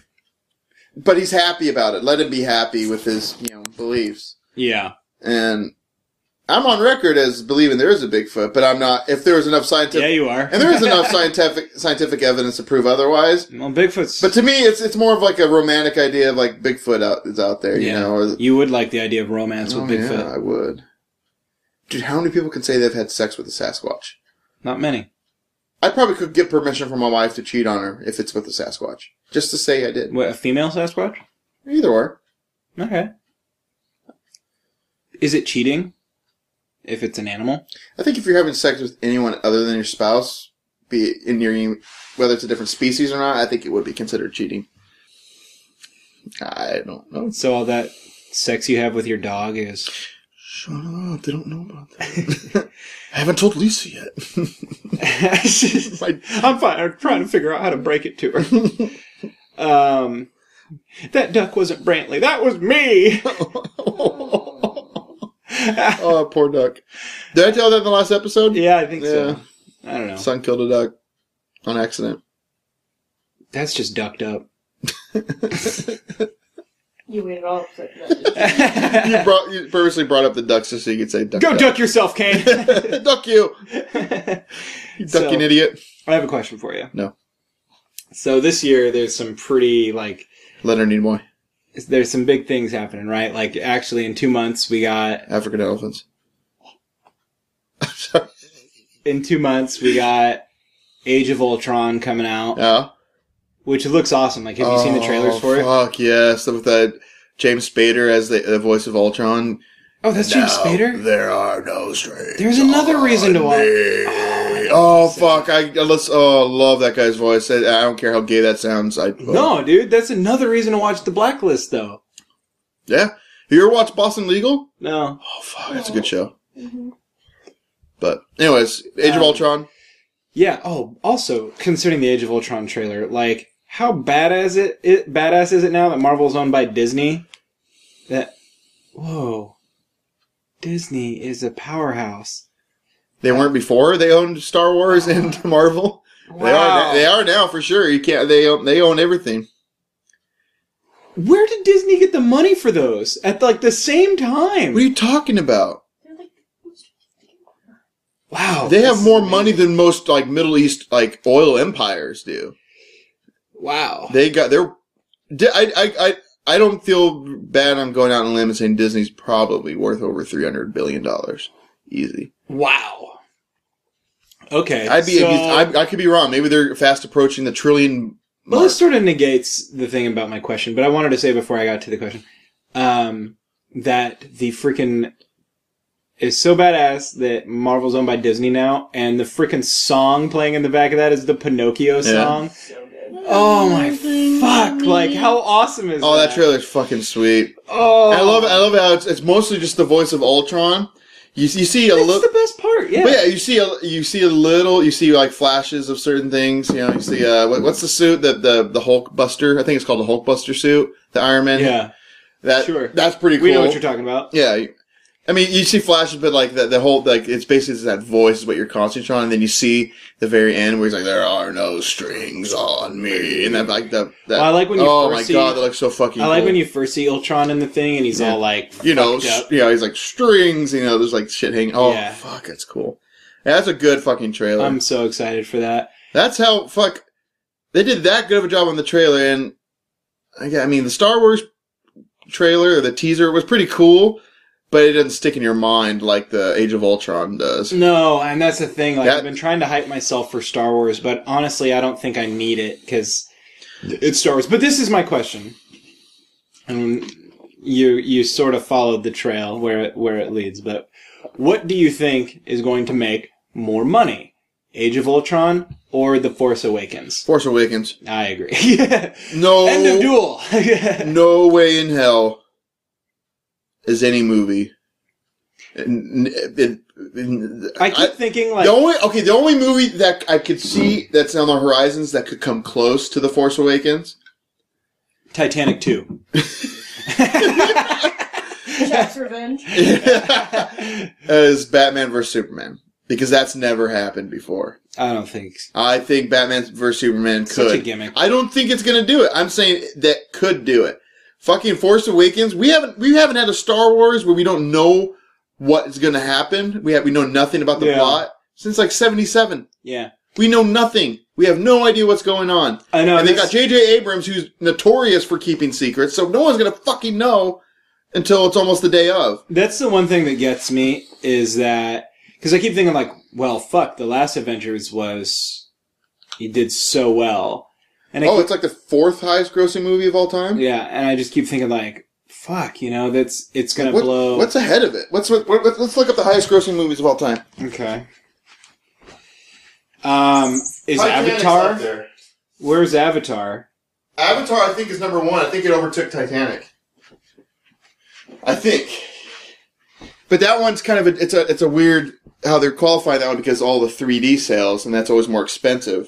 Speaker 2: But he's happy about it. Let him be happy with his you know beliefs.
Speaker 1: "Yeah,
Speaker 2: And I'm on record as believing there is a Bigfoot, but I'm not. If there was enough scientific,
Speaker 1: yeah, you are."
Speaker 2: and there is enough scientific scientific evidence to prove otherwise.
Speaker 1: well, Bigfoot's.
Speaker 2: But to me, it's it's more of like a romantic idea of like Bigfoot out, is out there, you
Speaker 1: Yeah.
Speaker 2: know, or
Speaker 1: you would like the idea of romance
Speaker 2: Oh,
Speaker 1: with Bigfoot?
Speaker 2: Yeah, I would. Dude, how many people can say they've had sex with a Sasquatch?
Speaker 1: Not many.
Speaker 2: I probably could get permission from my wife to cheat on her if it's with a Sasquatch, just to say I did.
Speaker 1: What a female Sasquatch?
Speaker 2: Either or,
Speaker 1: Okay. Is it cheating if it's an animal?
Speaker 2: I think if you're having sex with anyone other than your spouse, be it in your whether it's a different species or not, I think it would be considered cheating. I don't know.
Speaker 1: So all that sex you have with your dog is
Speaker 2: Shut up! They don't know about that. I haven't told Lisa yet. My-
Speaker 1: I'm fine. I'm trying to figure out how to break it to her. um, that duck wasn't Brantley. That was me.
Speaker 2: oh, poor duck. Did I tell that in the last episode?
Speaker 1: Yeah, I think so. I don't know.
Speaker 2: Son killed a duck on accident.
Speaker 1: That's just ducked up.
Speaker 3: You waited all of it.
Speaker 2: You brought you purposely brought up the ducks just so you could say duck.
Speaker 1: Go
Speaker 2: duck.
Speaker 1: duck yourself, Kane.
Speaker 2: duck you, you
Speaker 1: So-
Speaker 2: ducking idiot.
Speaker 1: I have a question for you.
Speaker 2: No.
Speaker 1: So this year, there's some pretty like
Speaker 2: Leonard Nimoy,
Speaker 1: there's some big things happening, right? Like actually, in two months, we got
Speaker 2: African elephants. I'm sorry.
Speaker 1: in two months we got Age of Ultron coming out,
Speaker 2: Yeah.
Speaker 1: which looks awesome. Like, have you seen the trailers
Speaker 2: Oh,
Speaker 1: for it?
Speaker 2: Fuck yes, with that James Spader as the, the voice of Ultron.
Speaker 1: Oh, that's James
Speaker 2: No,
Speaker 1: Spader.
Speaker 2: There are no strings.
Speaker 1: There's another
Speaker 2: on
Speaker 1: reason to watch-
Speaker 2: me. Oh, fuck! I I lis- oh, I love that guy's voice. I, I don't care how gay that sounds. I oh.
Speaker 1: No, dude, that's another reason to watch The Blacklist, though.
Speaker 2: Yeah. You ever watch Boston Legal?
Speaker 1: No,
Speaker 2: Oh fuck, that's a good show. But anyways, Age of Ultron.
Speaker 1: yeah. Oh, also concerning the Age of Ultron trailer, like how badass it, it badass is it now that Marvel's owned by Disney? That whoa, Disney is a powerhouse.
Speaker 2: They weren't before. They owned Star Wars and Marvel. They are. They are now for sure. You can't. They own. They own everything.
Speaker 1: Where did Disney get the money for those at like the same time?
Speaker 2: What are you talking about?
Speaker 3: They're like the most freaking corner.
Speaker 1: wow,
Speaker 2: They have
Speaker 1: that's
Speaker 2: more
Speaker 1: Oh, amazing.
Speaker 2: money than most like Middle East like oil empires do.
Speaker 1: Wow,
Speaker 2: They got they're. Di- I I I I don't feel bad. I'm going out on a limb and saying Disney's probably worth over three hundred billion dollars, easy.
Speaker 1: wow. Okay,
Speaker 2: I'd be
Speaker 1: so-
Speaker 2: I, I could be wrong. Maybe they're fast approaching the trillion.
Speaker 1: Well,
Speaker 2: mark.
Speaker 1: this sort of negates the thing about my question, but I wanted to say before I got to the question um, that the freaking is so badass that Marvel's owned by Disney now, and the freaking song playing in the back of that is the Pinocchio
Speaker 2: Yeah.
Speaker 1: song.
Speaker 3: So good.
Speaker 1: Oh my fuck! Like, how awesome is
Speaker 2: Oh,
Speaker 1: that?
Speaker 2: that trailer's fucking sweet.
Speaker 1: Oh,
Speaker 2: I love it. I love how it's, it's mostly just the voice of Ultron. You, you see a
Speaker 1: That's
Speaker 2: little.
Speaker 1: the best part. Yeah.
Speaker 2: But yeah, you see a you see a little. You see like flashes of certain things. You know, you see uh, what, what's the suit that the the Hulk Buster? I think it's called the Hulk Buster suit. The Iron Man.
Speaker 1: Yeah.
Speaker 2: that
Speaker 1: sure.
Speaker 2: that's pretty cool.
Speaker 1: We know what you're talking about.
Speaker 2: Yeah. I mean, you see flashes, but like the, the whole, like, it's basically just that voice is what you're concentrating on. And then you see the very end where he's like, there are no strings on me. And that, like, the, that,
Speaker 1: Well, I like when you
Speaker 2: oh
Speaker 1: first
Speaker 2: my
Speaker 1: see-
Speaker 2: god, that looks so fucking
Speaker 1: I like
Speaker 2: cool.
Speaker 1: when you first see Ultron in the thing, and he's
Speaker 2: Yeah.
Speaker 1: all like,
Speaker 2: you know,
Speaker 1: fucked
Speaker 2: s-
Speaker 1: up.
Speaker 2: you know, he's like strings, you know, there's like shit hanging. Oh,
Speaker 1: Yeah.
Speaker 2: fuck, that's cool. Yeah, that's a good fucking trailer.
Speaker 1: "I'm so excited for that."
Speaker 2: that's how, fuck, they did that good of a job on the trailer. And I, I mean, the Star Wars trailer or the teaser was pretty cool, but it doesn't stick in your mind like the Age of Ultron does.
Speaker 1: No, and that's the thing. Like
Speaker 2: That-
Speaker 1: I've been trying to hype myself for Star Wars, but honestly, I don't think I need it because it's Star Wars. But this is my question, and you you sort of followed the trail where it, where it leads. But what do you think is going to make more money, Age of Ultron or The Force Awakens?
Speaker 2: Force Awakens.
Speaker 1: I agree. yeah.
Speaker 2: No,
Speaker 1: End of duel. yeah.
Speaker 2: no way in hell is any movie. N- n- it- n-
Speaker 1: I keep thinking like
Speaker 2: the only okay, the only movie that I could see that's on the horizons that could come close to the Force Awakens.
Speaker 1: Titanic two.
Speaker 3: Jack's revenge.
Speaker 2: is Batman vs Superman because that's never happened before.
Speaker 1: I don't think
Speaker 2: I think Batman vs Superman could.
Speaker 1: such a gimmick.
Speaker 2: I don't think it's gonna do it. I'm saying that could do it. Fucking Force Awakens. We haven't we haven't had a Star Wars where we don't know what is gonna happen. We have we know nothing about the
Speaker 1: Yeah.
Speaker 2: plot since like '77.
Speaker 1: Yeah,
Speaker 2: We know nothing. We have no idea what's going on.
Speaker 1: I know.
Speaker 2: And they
Speaker 1: this-
Speaker 2: got J.J. Abrams, who's notorious for keeping secrets, so no one's gonna fucking know until it's almost the day of.
Speaker 1: That's the one thing that gets me is that because I keep thinking like, well, fuck, the last Avengers was he did so well, and I
Speaker 2: Oh,
Speaker 1: keep-
Speaker 2: it's like the fourth highest grossing movie of all time.
Speaker 1: yeah, and I just keep thinking like, fuck, you know, that's it's gonna
Speaker 2: What-
Speaker 1: blow.
Speaker 2: What's ahead of it? What's what, what, let's look up the highest grossing movies of all time.
Speaker 1: okay? Um, is
Speaker 2: Titanic's up
Speaker 1: Avatar?
Speaker 2: there.
Speaker 1: Where's Avatar?
Speaker 2: Avatar, I think, is number one. I think it overtook Titanic. I think, but that one's kind of a, it's a it's a weird how they're qualifying that one because all the 3D sales and that's always more expensive.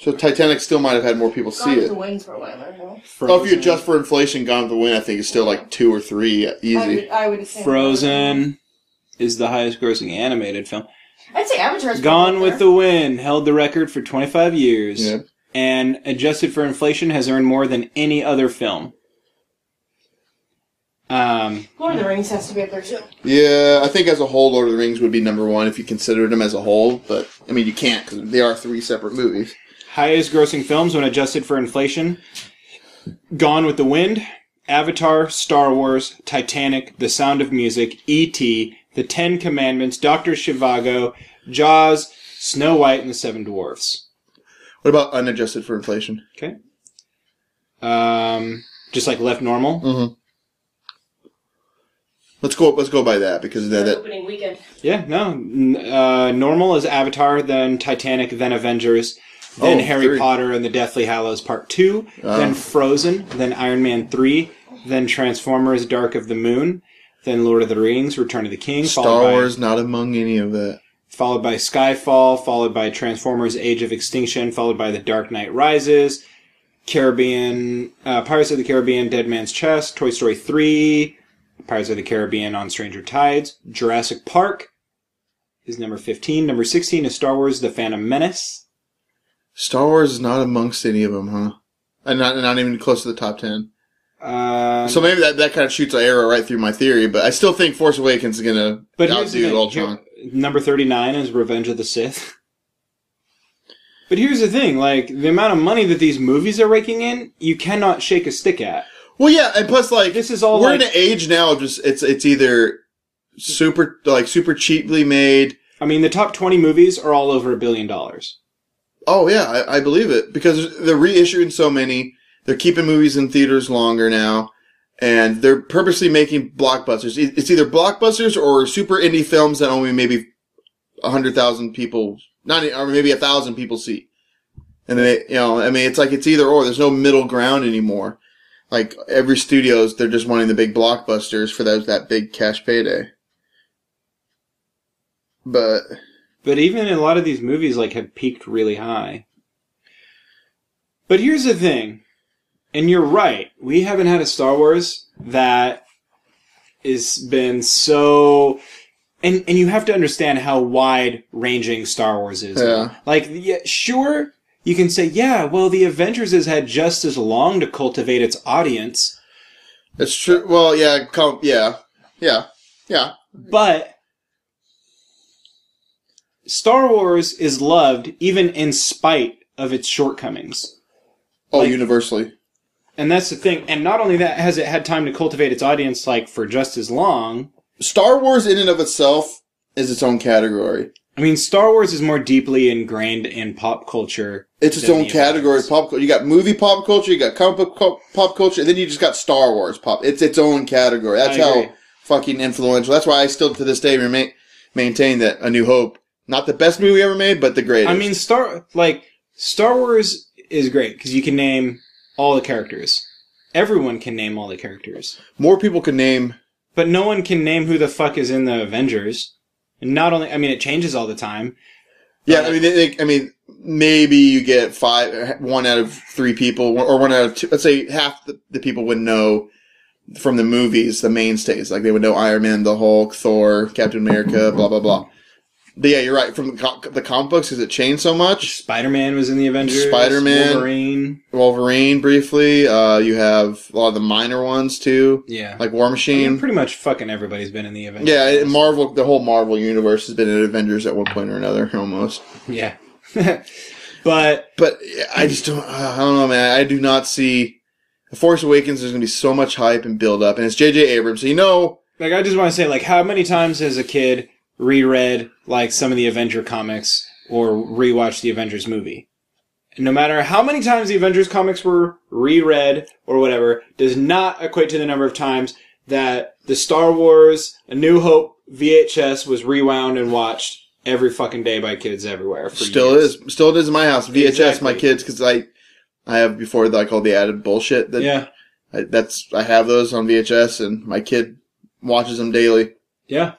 Speaker 2: So Titanic still might have had more people see
Speaker 3: Gone with the
Speaker 2: it.
Speaker 3: winds for a while. I don't know.
Speaker 2: Oh, if you adjust for inflation, Gone with the Wind, I think is still like two or three uh,
Speaker 3: I
Speaker 2: easy.
Speaker 3: would, I would assume.
Speaker 1: Frozen is the highest grossing animated film.
Speaker 3: I'd say Avatar's
Speaker 1: Gone
Speaker 3: probably
Speaker 1: with
Speaker 3: there.
Speaker 1: the Wind held the record for 25 years
Speaker 2: Yeah.
Speaker 1: and adjusted for inflation has earned more than any other film. Um,
Speaker 3: Lord of the Rings has to be up there too.
Speaker 2: Yeah, I think as a whole, Lord of the Rings would be number one if you considered them as a whole. But I mean, you can't because they are three separate movies.
Speaker 1: highest grossing films when adjusted for inflation Gone with the Wind, Avatar, Star Wars, Titanic, The Sound of Music, E.T., The Ten Commandments, Dr. Shivago, Jaws, Snow White, and the Seven Dwarfs.
Speaker 2: What about unadjusted for inflation?
Speaker 1: Okay. Um, just like left normal.
Speaker 2: Mm-hmm. Let's go. Let's go by that because that, that
Speaker 3: opening weekend.
Speaker 1: Yeah, no. n- Uh, normal is Avatar, then Titanic, then Avengers, then
Speaker 2: Oh,
Speaker 1: Harry
Speaker 2: three. Oh.
Speaker 1: Potter and the Deathly Hallows Part Two, then Frozen, then Iron Man Three, then Transformers: Dark of the Moon, then Lord of the Rings: Return of the King,
Speaker 2: Star
Speaker 1: followed by-
Speaker 2: Wars not among any of that.
Speaker 1: followed by Skyfall, followed by Transformers: Age of Extinction, followed by The Dark Knight Rises, Caribbean, uh, Pirates of the Caribbean, Dead Man's Chest, Toy Story 3, Pirates of the Caribbean on Stranger Tides, Jurassic Park is number 15. Number 16 is Star Wars: The Phantom Menace.
Speaker 2: Star Wars is not amongst any of them, huh? and not not even close to the top ten.
Speaker 1: Um,
Speaker 2: So maybe that, that kind of shoots an arrow right through my theory, but I still think Force Awakens is gonna
Speaker 1: but here's the
Speaker 2: outdo
Speaker 1: thing.
Speaker 2: Ultron.
Speaker 1: Here- number thirty nine is Revenge of the Sith. But here's the thing, like the amount of money that these movies are raking in, you cannot shake a stick at.
Speaker 2: Well, yeah, and plus, like
Speaker 1: This is all
Speaker 2: we're
Speaker 1: like-
Speaker 2: in an age now. Of just it's it's either super like super cheaply made.
Speaker 1: I mean, the top twenty movies are all over a billion dollars.
Speaker 2: Oh yeah, I, I believe it because they're reissuing so many. They're keeping movies in theaters longer now, and they're purposely making blockbusters. It- It's either blockbusters or super indie films that only maybe hundred thousand people, not or maybe a thousand people see. And they, you know, I mean, it's like it's either or. There's no middle ground anymore. Like every studios, they're just wanting the big blockbusters for those that big cash payday. But
Speaker 1: But even a lot of these movies like have peaked really high. But here's the thing, and you're right, we haven't had a Star Wars that has been so and and you have to understand how wide ranging Star Wars is.
Speaker 2: Yeah.
Speaker 1: Like yeah, sure you can say, yeah, well the Avengers has had just as long to cultivate its audience,
Speaker 2: It's true. Well, yeah, com- yeah, yeah, yeah.
Speaker 1: but Star Wars is loved even in spite of its shortcomings.
Speaker 2: Oh,
Speaker 1: Like-
Speaker 2: universally.
Speaker 1: And that's the thing. And not only that, has it had time to cultivate its audience like for just as long?
Speaker 2: Star Wars, in and of itself, is its own category.
Speaker 1: I mean, Star Wars is more deeply ingrained in pop culture.
Speaker 2: It's its
Speaker 1: than
Speaker 2: own
Speaker 1: the
Speaker 2: category.
Speaker 1: others.
Speaker 2: Of pop culture. You got movie pop culture. You got comic book co- pop culture. And then you just got Star Wars pop. It's its own category. That's
Speaker 1: I agree.
Speaker 2: how fucking influential. That's why I still to this day remain maintain that A New Hope, not the best movie ever made, but the greatest.
Speaker 1: I mean, Star like Star Wars is great because you can name all the characters. Everyone can name all the characters,
Speaker 2: more people can name.
Speaker 1: but no one can name who the fuck is in the Avengers. And not only, I mean, it changes all the time.
Speaker 2: Yeah, I mean, they, they- I mean, maybe you get five, one out of three people, or one out of two. Let's say half the, the people would know from the movies the mainstays, like they would know Iron Man, the Hulk, Thor, Captain America, blah blah blah. But yeah, you're right. From the, co- the comic books, because it changed so much.
Speaker 1: Spider Man was in the Avengers.
Speaker 2: Spider-Man.
Speaker 1: Wolverine.
Speaker 2: Wolverine, briefly. Uh, you have a lot of the minor ones too,
Speaker 1: Yeah.
Speaker 2: like War
Speaker 1: I mean,
Speaker 2: Machine.
Speaker 1: pretty much fucking everybody's been in the Avengers.
Speaker 2: Yeah, it- Marvel. The whole Marvel universe has been in Avengers at one point or another, almost.
Speaker 1: Yeah. but
Speaker 2: But I just don't. uh, I don't know, man. I do not see the Force Awakens. There's going to be so much hype and build up, and it's J.J. Abrams, so you know.
Speaker 1: like I just want to say like how many times as a kid reread like some of the Avenger comics or rewatched the Avengers movie? No matter how many times the Avengers comics were reread or whatever, does not equate to the number of times that the Star Wars A New Hope VHS was rewound and watched every fucking day by kids everywhere. For
Speaker 2: Still
Speaker 1: years.
Speaker 2: is, still it is in my house. VHS, my
Speaker 1: Exactly.
Speaker 2: kids, because I, I have before like all the added bullshit that
Speaker 1: Yeah.
Speaker 2: I, that's I have those on VHS, and my kid watches them daily.
Speaker 1: Yeah.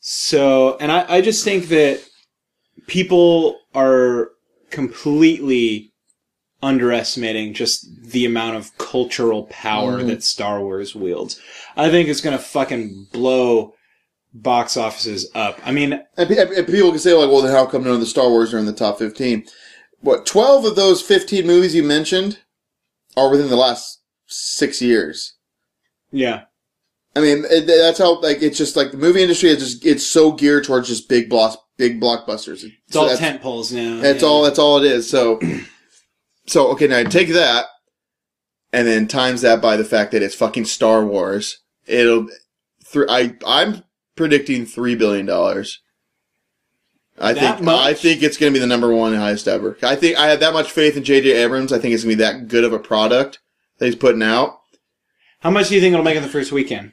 Speaker 1: So, and I, I just think that people are completely underestimating just the amount of cultural power
Speaker 2: Mhm.
Speaker 1: that Star Wars wields. I think it's going to fucking blow box offices up. I mean,
Speaker 2: And, pe- and people can say like, well, then how come none of the Star Wars are in the top fifteen? What twelve of those fifteen movies you mentioned are within the last six years.
Speaker 1: yeah.
Speaker 2: I mean, it, that's how like it's just like the movie industry is just it's so geared towards just big block big blockbusters.
Speaker 1: It's all
Speaker 2: that's,
Speaker 1: tent poles now.
Speaker 2: That's
Speaker 1: yeah.
Speaker 2: all. That's all it is. So, so okay, now take that, and then times that by the fact that it's fucking Star Wars. It'll, th- I I'm predicting three billion dollars. I
Speaker 1: That
Speaker 2: think
Speaker 1: much?
Speaker 2: I think it's going to be the number one highest ever. I think I have that much faith in J.J. Abrams. I think it's going to be that good of a product that he's putting out.
Speaker 1: How much do you think it'll make in the first weekend?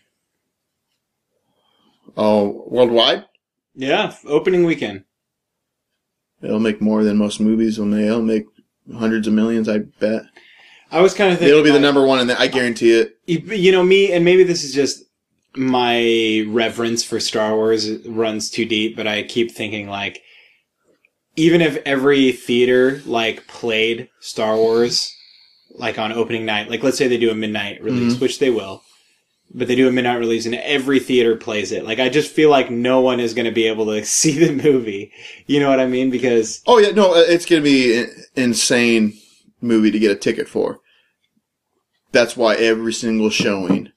Speaker 2: Oh, worldwide.
Speaker 1: Yeah, opening weekend.
Speaker 2: It'll make more than most movies will make. It'll make hundreds of millions, I bet.
Speaker 1: I was kind of thinking
Speaker 2: It'll be the
Speaker 1: like-
Speaker 2: number one, and I guarantee it.
Speaker 1: you, you know me and maybe this is just my reverence for star wars runs too deep but i keep thinking like even if every theater like played star wars like on opening night like let's say they do a midnight release
Speaker 2: Mm-hmm.
Speaker 1: which they will but they do a midnight release and every theater plays it like i just feel like no one is going to be able to see the movie you know what i mean because
Speaker 2: Oh yeah, no, uh, it's gonna be i- insane movie to get a ticket for. That's why every single showing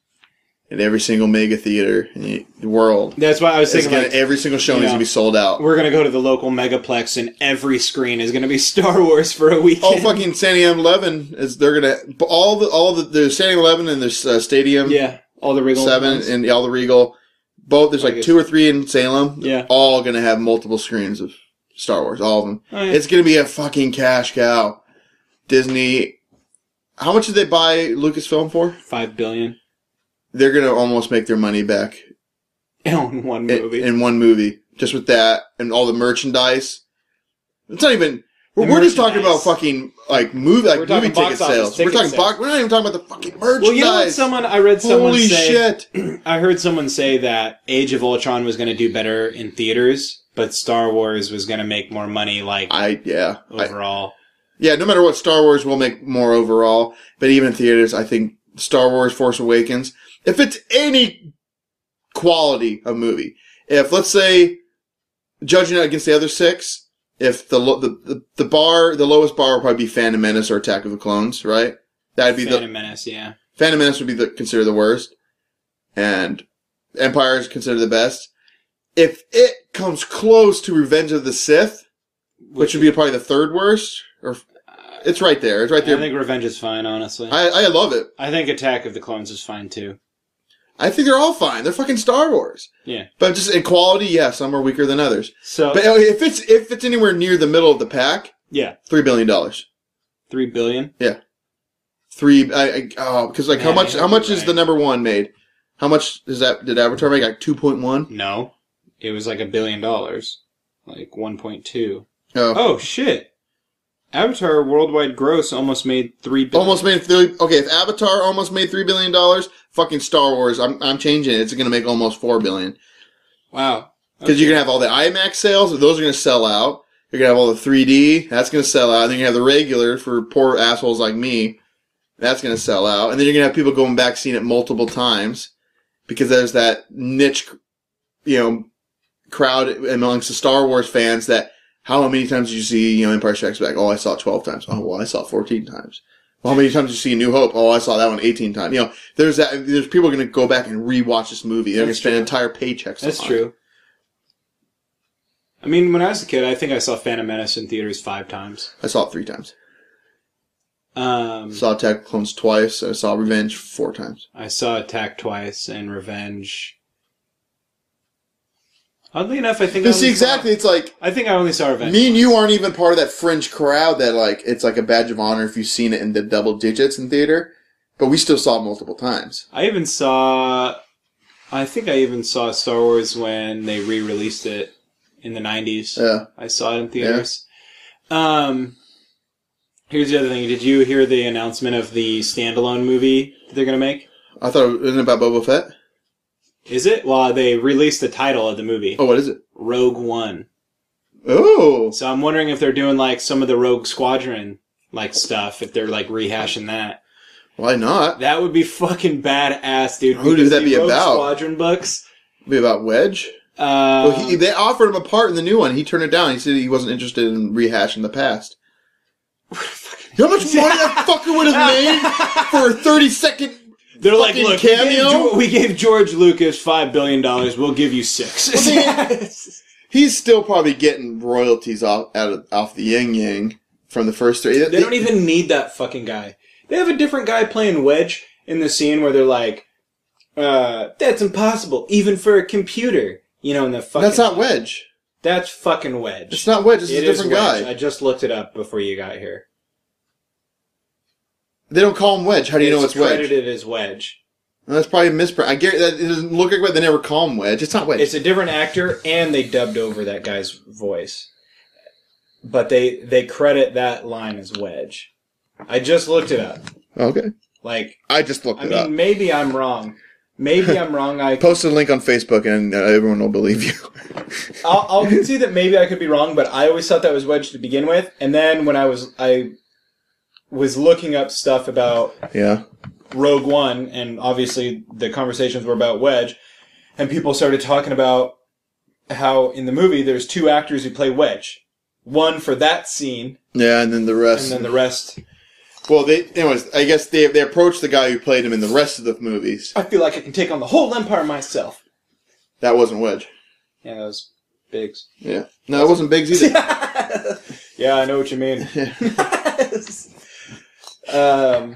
Speaker 2: in every single mega theater in the- the world,
Speaker 1: That's why I was
Speaker 2: it's
Speaker 1: thinking
Speaker 2: gonna,
Speaker 1: like,
Speaker 2: every single showing
Speaker 1: yeah.
Speaker 2: is going to be sold out.
Speaker 1: we're gonna go to the local megaplex and every screen is gonna be Star Wars for a weekend.
Speaker 2: Oh fucking Stadium Eleven is they're gonna all the all the there's Stadium Eleven and there's uh, Stadium
Speaker 1: yeah, all the Regal
Speaker 2: Seven
Speaker 1: ones.
Speaker 2: and all the Regal. Both there's
Speaker 1: I
Speaker 2: like
Speaker 1: guess-
Speaker 2: two or three in Salem. They're
Speaker 1: Yeah.
Speaker 2: all gonna have multiple screens of Star Wars. All of them.
Speaker 1: Oh, yeah.
Speaker 2: It's gonna be a fucking cash cow. Disney. How much did they buy Lucasfilm for?
Speaker 1: five billion
Speaker 2: They're gonna almost make their money back
Speaker 1: on one
Speaker 2: in,
Speaker 1: movie.
Speaker 2: in one movie, just with that and all the merchandise. It's not even. We're,
Speaker 1: The
Speaker 2: we're just talking about
Speaker 1: merchandise.
Speaker 2: fucking like movie
Speaker 1: We're
Speaker 2: like
Speaker 1: talking
Speaker 2: movie ticket
Speaker 1: box office
Speaker 2: sales. We're
Speaker 1: ticket
Speaker 2: talking
Speaker 1: sales.
Speaker 2: box. We're not even talking about the fucking merchandise.
Speaker 1: well, you know what? Someone I read someone
Speaker 2: Holy
Speaker 1: say.
Speaker 2: shit!
Speaker 1: I heard someone say that Age of Ultron was going to do better in theaters, but Star Wars was going to make more money, like
Speaker 2: I yeah. I,
Speaker 1: overall.
Speaker 2: Yeah, no matter what, Star Wars will make more overall. But even in theaters, I think Star Wars Force Awakens, if it's any quality of movie, if let's say, judging it against the other six, if the, lo- the, the, the bar, the lowest bar would probably be Phantom Menace or Attack of the Clones, right? That'd be
Speaker 1: Phantom
Speaker 2: the,
Speaker 1: Menace, yeah.
Speaker 2: Phantom Menace would be the, considered the worst. And Empire is considered the best. If it comes close to Revenge of the Sith, which would be probably the third worst, or it's right there. It's right
Speaker 1: I
Speaker 2: there.
Speaker 1: think Revenge is fine, honestly. I,
Speaker 2: I, I love it.
Speaker 1: think Attack of the Clones is fine too.
Speaker 2: I think they're all fine. They're fucking Star Wars.
Speaker 1: Yeah. Oh.
Speaker 2: But just in quality, yeah, some are weaker than others.
Speaker 1: So
Speaker 2: But uh, if it's if it's anywhere near the middle of the pack,
Speaker 1: yeah,
Speaker 2: three billion dollars.
Speaker 1: three billion.
Speaker 2: Three, I, I oh, because like how
Speaker 1: Man,
Speaker 2: much
Speaker 1: you're
Speaker 2: how much is
Speaker 1: right.
Speaker 2: the number one made? How much is that? Did Avatar make like two point one?
Speaker 1: No, it was like a billion dollars, like one point two.
Speaker 2: Oh,
Speaker 1: Oh shit! Avatar worldwide gross almost made three billion.
Speaker 2: almost made three. Okay, if Avatar almost made three billion dollars, fucking Star Wars, I'm I'm changing it. It's gonna make almost four billion.
Speaker 1: wow.
Speaker 2: Because you're gonna have all the IMAX sales, those are gonna sell out. You're gonna have all the 3D, that's gonna sell out. Then you have the regular for poor assholes like me, that's gonna sell out. And then you're gonna have people going back seeing it multiple times because there's that niche, you know, crowd amongst the Star Wars fans that how many times did you see you know Empire Strikes Back? Oh, I saw it 12 times. Oh, well, I saw it 14 times. Well, how many times did you see New Hope? Oh, I saw that one 18 times. You know, there's that. There's people going to go back and rewatch this movie. They're going
Speaker 1: That's
Speaker 2: to spend
Speaker 1: true.
Speaker 2: entire paychecks.
Speaker 1: That's
Speaker 2: on it.
Speaker 1: true. I mean, when I was a kid, I think I saw Phantom Menace in theaters five times.
Speaker 2: I saw it three times.
Speaker 1: Um,
Speaker 2: saw Attack of the Clones twice. I saw Revenge four times.
Speaker 1: I saw Attack twice and Revenge. Oddly enough, I think I
Speaker 2: You see,
Speaker 1: only saw-
Speaker 2: exactly, it's like
Speaker 1: I think I only saw Revenge.
Speaker 2: me and you aren't even part of that fringe crowd that like it's like a badge of honor if you've seen it in the double digits in theater, but we still saw it multiple times.
Speaker 1: I even saw. I think I even saw Star Wars when they re-released it in the '90s.
Speaker 2: Yeah,
Speaker 1: I saw it in theaters. Um, here's the other thing. Did you hear the announcement of the standalone movie that they're gonna make?
Speaker 2: I thought it was isn't it about Boba Fett.
Speaker 1: Is it? Well, they released the title of the movie,
Speaker 2: Oh, what is it?
Speaker 1: Rogue One.
Speaker 2: Oh,
Speaker 1: So I'm wondering if they're doing like some of the Rogue Squadron like stuff. If they're like rehashing that,
Speaker 2: why not?
Speaker 1: that would be fucking badass, dude.
Speaker 2: Who would
Speaker 1: Because
Speaker 2: that
Speaker 1: the
Speaker 2: be
Speaker 1: Rogue
Speaker 2: about?
Speaker 1: Squadron books.
Speaker 2: Be about Wedge.
Speaker 1: Uh,
Speaker 2: well, he, they offered him a part in the new one. He turned it down. He said he wasn't interested in rehashing the past. You know how much money that fucker would have made for a thirty second
Speaker 1: they're like,
Speaker 2: fucking
Speaker 1: look, we gave,
Speaker 2: cameo?
Speaker 1: Geo- we gave George Lucas five billion dollars. We'll give you six.
Speaker 2: He's still probably getting royalties off out of, off the Yang Yang from the first three.
Speaker 1: They don't even need that fucking guy. They have a different guy playing Wedge in the scene where they're like, uh, that's impossible, even for a computer. You know, in the fucking.
Speaker 2: That's not Wedge.
Speaker 1: That's fucking Wedge.
Speaker 2: It's not Wedge. It's
Speaker 1: It
Speaker 2: a
Speaker 1: is
Speaker 2: different
Speaker 1: Wedge.
Speaker 2: guy.
Speaker 1: I just looked it up before you got here.
Speaker 2: They don't call him Wedge. How do you know it's Wedge?
Speaker 1: credited as Wedge.
Speaker 2: That's probably a misprint. I guarantee that it doesn't look like Wedge. They never call him Wedge. It's not Wedge.
Speaker 1: It's a different actor, and they dubbed over that guy's voice. But they they credit that line as Wedge. I just looked it up.
Speaker 2: okay.
Speaker 1: Like,
Speaker 2: I just looked
Speaker 1: I
Speaker 2: it
Speaker 1: mean,
Speaker 2: up.
Speaker 1: maybe I'm wrong. Maybe I'm wrong. I
Speaker 2: Post a link on Facebook and uh, everyone will believe you.
Speaker 1: I'll, I'll concede that maybe I could be wrong, but I always thought that was Wedge to begin with. And then when I was I was looking up stuff about
Speaker 2: yeah.
Speaker 1: Rogue One, and obviously the conversations were about Wedge, and people started talking about how in the movie there's two actors who play Wedge, one for that scene,
Speaker 2: Yeah, and then the
Speaker 1: and
Speaker 2: rest.
Speaker 1: then the rest.
Speaker 2: Well, they anyways. I guess they they approached the guy who played him in the rest of the movies.
Speaker 1: I feel like I can take on the whole empire myself.
Speaker 2: That wasn't Wedge.
Speaker 1: Yeah, that was Biggs.
Speaker 2: Yeah. No, it wasn't Biggs either.
Speaker 1: yeah, I know what you mean.
Speaker 2: Yeah.
Speaker 1: um,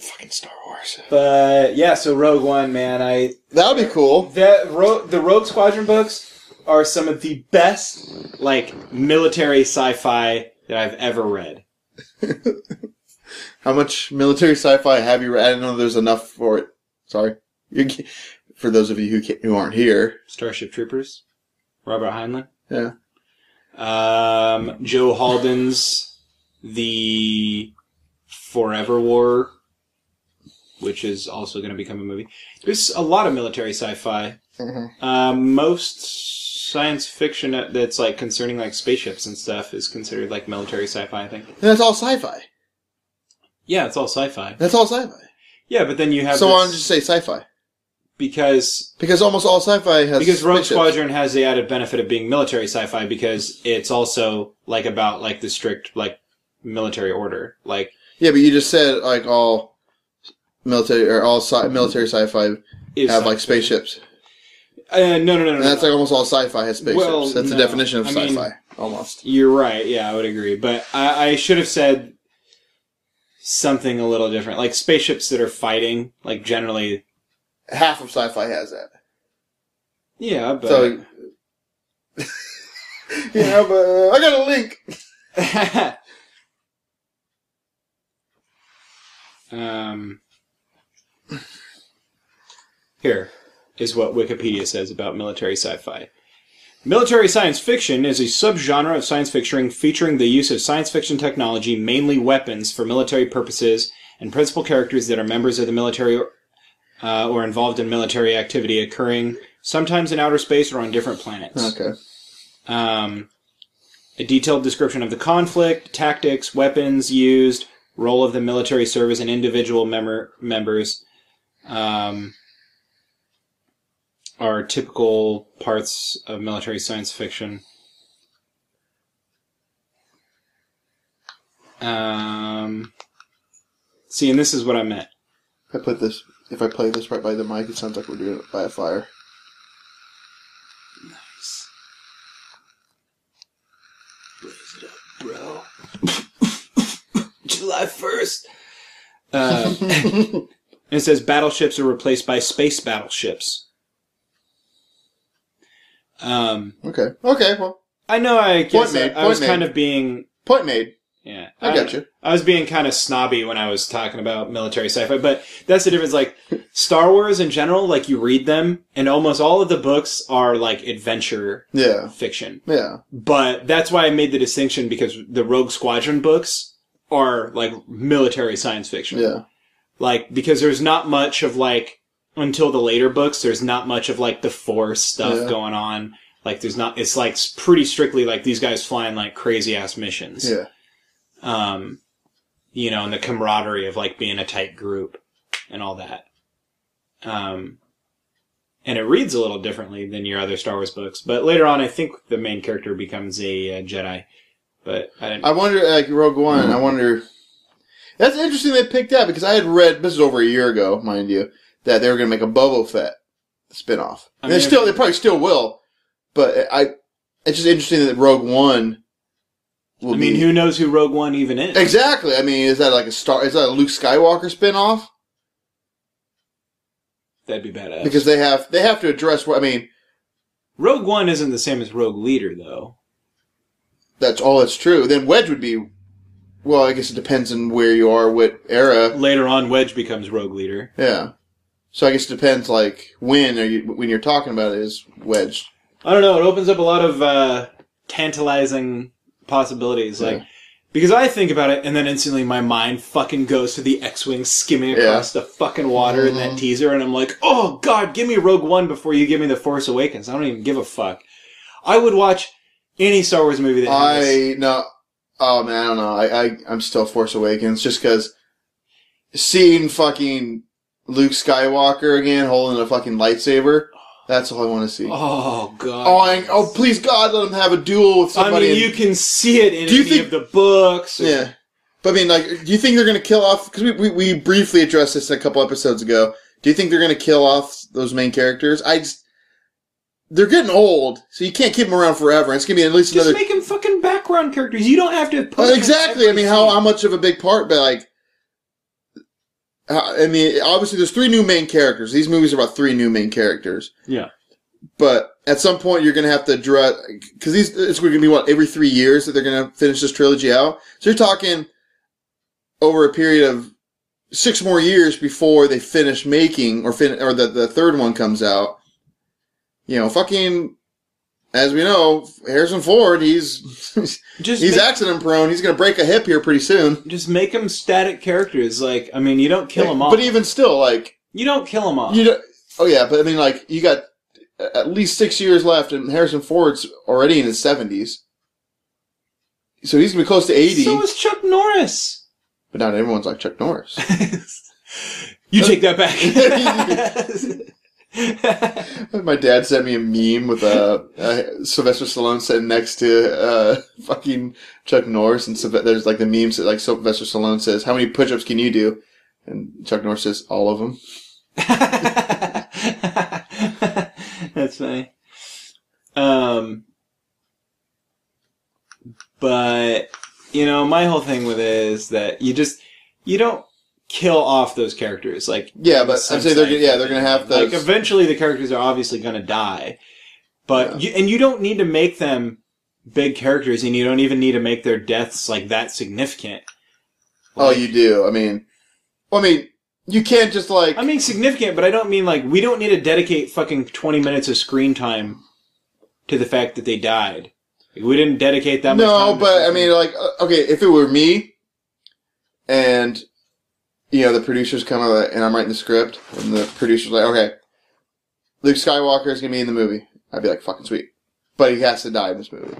Speaker 2: Fucking Star Wars.
Speaker 1: but yeah, so Rogue One, man, I
Speaker 2: That would be cool.
Speaker 1: that Ro- the Rogue Squadron books are some of the best like military sci-fi that I've ever read.
Speaker 2: How much military sci-fi have you? read? I don't know. There's enough for it. Sorry. You, ca- for those of you who ca who aren't here.
Speaker 1: Starship Troopers, Robert Heinlein,
Speaker 2: Yeah.
Speaker 1: um, Joe Halden's The Forever War, which is also going to become a movie. There's a lot of military sci-fi. Uh, most science fiction that- that's like concerning like spaceships and stuff is considered like military sci-fi. I think.
Speaker 2: And that's all sci-fi.
Speaker 1: Yeah, it's all sci-fi.
Speaker 2: That's all sci-fi.
Speaker 1: Yeah, but then you have
Speaker 2: So
Speaker 1: this-
Speaker 2: why don't you just say sci-fi?
Speaker 1: because
Speaker 2: Because almost all sci-fi has
Speaker 1: because Rogue
Speaker 2: spaceships.
Speaker 1: Squadron has the added benefit of being military sci-fi because it's also like about like the strict like military order. Like
Speaker 2: Yeah, but you just said like all military or all sci- military sci-fi
Speaker 1: is
Speaker 2: have like spaceships,
Speaker 1: uh, no no no no.
Speaker 2: and that's like almost all sci-fi has spaceships.
Speaker 1: Well,
Speaker 2: that's
Speaker 1: no.
Speaker 2: the definition of
Speaker 1: I mean-
Speaker 2: sci-fi almost.
Speaker 1: You're right. Yeah, I would agree, but I, I should have said something a little different. Like spaceships that are fighting, like generally.
Speaker 2: Half of sci-fi has that.
Speaker 1: Yeah, but
Speaker 2: So. yeah, but uh, I got a link.
Speaker 1: um, here is what Wikipedia says about military sci fi. Military science fiction is a subgenre of science fiction featuring the use of science fiction technology, mainly weapons, for military purposes, and principal characters that are members of the military uh, or involved in military activity occurring sometimes in outer space or on different planets.
Speaker 2: Okay.
Speaker 1: Um, a detailed description of the conflict, tactics, weapons used, role of the military service, and individual member members um, are typical parts of military science fiction. Um, see, and this is what I meant.
Speaker 2: If I put this, if I play this right by the mic, it sounds like we're doing it by a fire.
Speaker 1: bro. July 1st. Uh, it says battleships are replaced by space battleships. Um,
Speaker 2: Okay. Okay. Well,
Speaker 1: I know I guess uh,
Speaker 2: made,
Speaker 1: I, I
Speaker 2: point
Speaker 1: was
Speaker 2: made.
Speaker 1: kind of being
Speaker 2: point made.
Speaker 1: yeah,
Speaker 2: I got you.
Speaker 1: I was being kind of snobby when I was talking about military sci-fi, but that's the difference. Like Star Wars in general, like you read them, and almost all of the books are like adventure
Speaker 2: Yeah.
Speaker 1: fiction.
Speaker 2: Yeah.
Speaker 1: But that's why I made the distinction because the Rogue Squadron books are like military science fiction.
Speaker 2: Yeah.
Speaker 1: Like, because there's not much of like, until the later books, there's not much of like the force stuff
Speaker 2: Yeah.
Speaker 1: going on. Like, there's not, it's like s- pretty strictly like these guys flying like crazy ass missions.
Speaker 2: Yeah.
Speaker 1: Um, you know, and the camaraderie of like being a tight group and all that. Um, and it reads a little differently than your other Star Wars books. But later on, I think the main character becomes a uh, Jedi. But I didn't.
Speaker 2: I wonder, like Rogue One. I wonder. That's interesting. They picked that because I had read this is over a year ago, mind you, that they were going to make a Boba Fett spinoff.
Speaker 1: I
Speaker 2: And they
Speaker 1: mean,
Speaker 2: still, they probably still will. But I, it's just interesting that Rogue One. Will
Speaker 1: I mean,
Speaker 2: be,
Speaker 1: who knows who Rogue One even is?
Speaker 2: exactly? I mean, is that like a star? Is that a Luke Skywalker spinoff?
Speaker 1: That'd be badass.
Speaker 2: Because they have they have to address. what I mean,
Speaker 1: Rogue One isn't the same as Rogue Leader, though.
Speaker 2: that's all that's true. Then Wedge would be. Well, I guess it depends on where you are, what era.
Speaker 1: Later on, Wedge becomes Rogue Leader.
Speaker 2: Yeah. So I guess it depends, like when are you when you're talking about it is wedged.
Speaker 1: I don't know. It opens up a lot of uh, tantalizing possibilities, like
Speaker 2: Yeah.
Speaker 1: because I think about it, and then instantly my mind fucking goes to the X-wing skimming across the fucking water in
Speaker 2: Mm-hmm.
Speaker 1: that teaser, and I'm like, oh god, give me Rogue One before you give me the Force Awakens. I don't even give a fuck. I would watch any Star Wars movie that has.
Speaker 2: I no, oh man, I don't know. I, I I'm still Force Awakens just because seeing fucking Luke Skywalker again holding a fucking lightsaber. That's all I want to see. Oh,
Speaker 1: Oh god.
Speaker 2: I, oh please God, let him have a duel with
Speaker 1: I
Speaker 2: somebody.
Speaker 1: mean, you
Speaker 2: and-
Speaker 1: can see it in
Speaker 2: Do you
Speaker 1: any
Speaker 2: think-
Speaker 1: of the books. or-
Speaker 2: yeah. But I mean, like, do you think they're going to kill off? Because we, we, we briefly addressed this a couple episodes ago. Do you think they're going to kill off those main characters? I just. They're getting old, so you can't keep them around forever. It's going to be at least
Speaker 1: Just
Speaker 2: another.
Speaker 1: make him fucking background characters. You don't have to put
Speaker 2: Well,
Speaker 1: them in
Speaker 2: Uh, exactly. I
Speaker 1: every
Speaker 2: mean, how,
Speaker 1: scene.
Speaker 2: how much of a big part, but like. uh, I mean, obviously, there's three new main characters. These movies are about three new main characters.
Speaker 1: Yeah.
Speaker 2: But at some point, you're going to have to address because these it's going to be what every three years that they're going to finish this trilogy out. So you're talking over a period of six more years before they finish making or fin or the the third one comes out. You know, fucking as we know, Harrison Ford, he's
Speaker 1: Just
Speaker 2: he's
Speaker 1: make,
Speaker 2: accident prone. He's going to break a hip here pretty soon.
Speaker 1: just make him static characters. Like, I mean, you don't kill him off.
Speaker 2: But even still, like
Speaker 1: you don't kill him off.
Speaker 2: You don't, oh yeah, but I mean, like you got at least six years left, and Harrison Ford's already in his seventies, so he's gonna be close to eighty.
Speaker 1: So is Chuck Norris.
Speaker 2: but not everyone's like Chuck Norris.
Speaker 1: you take that back.
Speaker 2: My dad sent me a meme with uh, uh, Sylvester Stallone sitting next to uh, fucking Chuck Norris, and Sylve- there's like the memes that like Sylvester Stallone says, "How many push-ups can you do?" And Chuck Norris says, "All of them."
Speaker 1: That's funny. Um, but you know, my whole thing with it is that you just you don't kill off those characters. Like,
Speaker 2: Yeah, but I'm saying they're gonna- yeah they're gonna have to
Speaker 1: like eventually the characters are obviously going to die, but you and you don't need to make them big characters, and you don't even need to make their deaths like that significant.
Speaker 2: oh,
Speaker 1: Like-
Speaker 2: you do. I mean, well, I mean, you can't just like
Speaker 1: I mean significant, but I don't mean like we don't need to dedicate fucking twenty minutes of screen time to the fact that they died. Like, we didn't dedicate that much.
Speaker 2: no
Speaker 1: time to
Speaker 2: but i
Speaker 1: fucking-
Speaker 2: mean like uh, okay if it were me and you know the producers come out and i'm writing the script and the producers like okay luke skywalker is going to be in the movie i'd be like fucking sweet but he has to die in this movie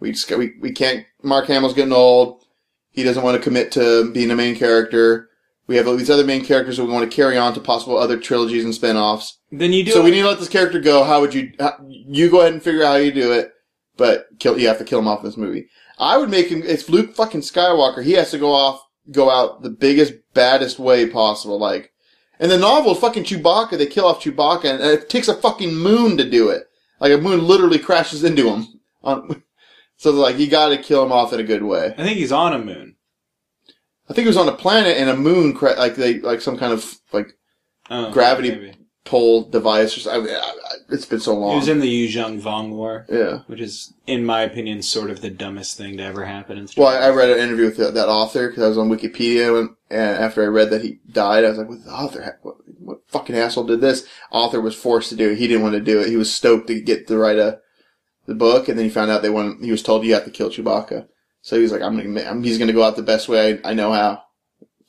Speaker 2: we just we, we can't mark hamill's getting old he doesn't want to commit to being a main character we have all these other main characters that we want to carry on to possible other trilogies and spin-offs
Speaker 1: then you do.
Speaker 2: so
Speaker 1: it-
Speaker 2: we need to let this character go. How would you? How, you go ahead and figure out how you do it, but kill. You have to kill him off in this movie. I would make him. It's Luke fucking Skywalker. He has to go off, go out the biggest, baddest way possible. Like, in the novel, fucking Chewbacca. They kill off Chewbacca, and it takes a fucking moon to do it. Like a moon literally crashes into him. On, so like you got to kill him off in a good way.
Speaker 1: I think he's on a moon.
Speaker 2: I think it was on a planet and a moon, cra- like they like some kind of like
Speaker 1: Oh,
Speaker 2: Gravity-
Speaker 1: maybe.
Speaker 2: pole device. Or something. I, I, I- it's been so
Speaker 1: He
Speaker 2: long.
Speaker 1: was in the Yuzhong Vong War,
Speaker 2: yeah.
Speaker 1: which is, in my opinion, sort of the dumbest thing to ever happen. In Star
Speaker 2: Well, I, I
Speaker 1: Wars.
Speaker 2: read an interview with that that author because I was on Wikipedia, and, and after I read that he died, I was like, "What the author? ha- What, what fucking asshole did this?" Author was forced to do it. He didn't want to do it. He was stoked to get to write a the book, and then he found out they wanted. He was told you have to kill Chewbacca, so he was like, "I'm gonna. ma- I'm, he's gonna go out the best way I, I know how."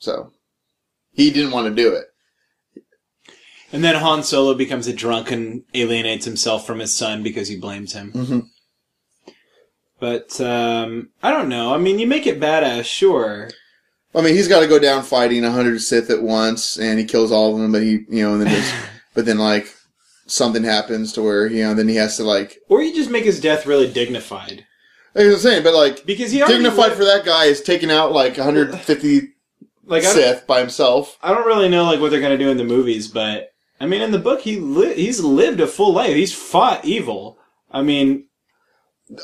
Speaker 2: So he didn't want to do it.
Speaker 1: and then Han Solo becomes a drunk and alienates himself from his son because he blames him.
Speaker 2: Mm-hmm.
Speaker 1: But um, I don't know. I mean, you make it badass, sure.
Speaker 2: I mean, he's got to go down fighting hundred Sith at once, and he kills all of them. But he, you know, and then there's, but then like something happens to where you know, then he has to like.
Speaker 1: Or you just make his death really dignified
Speaker 2: Like I was saying, but like
Speaker 1: because he already
Speaker 2: dignified
Speaker 1: lived-
Speaker 2: for that guy is taking out like 150
Speaker 1: like I don't-
Speaker 2: Sith by himself.
Speaker 1: I don't really know like what they're gonna do in the movies, but I mean, in the book, he li- he's lived a full life. He's fought evil. I mean,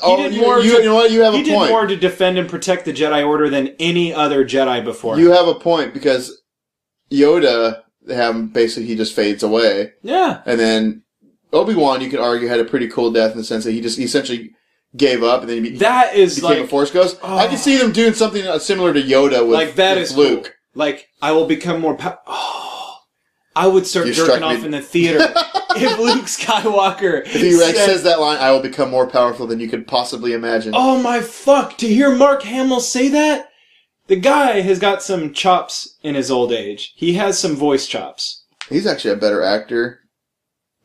Speaker 2: Oh,
Speaker 1: did
Speaker 2: you,
Speaker 1: more
Speaker 2: you,
Speaker 1: to-
Speaker 2: you know what? You have
Speaker 1: he
Speaker 2: a
Speaker 1: did
Speaker 2: point.
Speaker 1: more to defend and protect the Jedi Order than any other Jedi before.
Speaker 2: You
Speaker 1: him.
Speaker 2: have a point because Yoda, they have him basically he just fades away,
Speaker 1: yeah,
Speaker 2: and then Obi Wan, you could argue had a pretty cool death in the sense that he just he essentially gave up and then he be-
Speaker 1: that is
Speaker 2: became a
Speaker 1: like
Speaker 2: Force Ghost. I can
Speaker 1: Oh.
Speaker 2: see them doing something similar to Yoda with
Speaker 1: like that
Speaker 2: with
Speaker 1: is
Speaker 2: Luke.
Speaker 1: cool. Like I will become more. Pa- oh, I would start
Speaker 2: You struck
Speaker 1: jerking
Speaker 2: me.
Speaker 1: off in the theater if Luke Skywalker
Speaker 2: If he like,
Speaker 1: said,
Speaker 2: says that line, I will become more powerful than you could possibly imagine.
Speaker 1: Oh my fuck, to hear Mark Hamill say that? The guy has got some chops in his old age. He has some voice chops.
Speaker 2: He's actually a better actor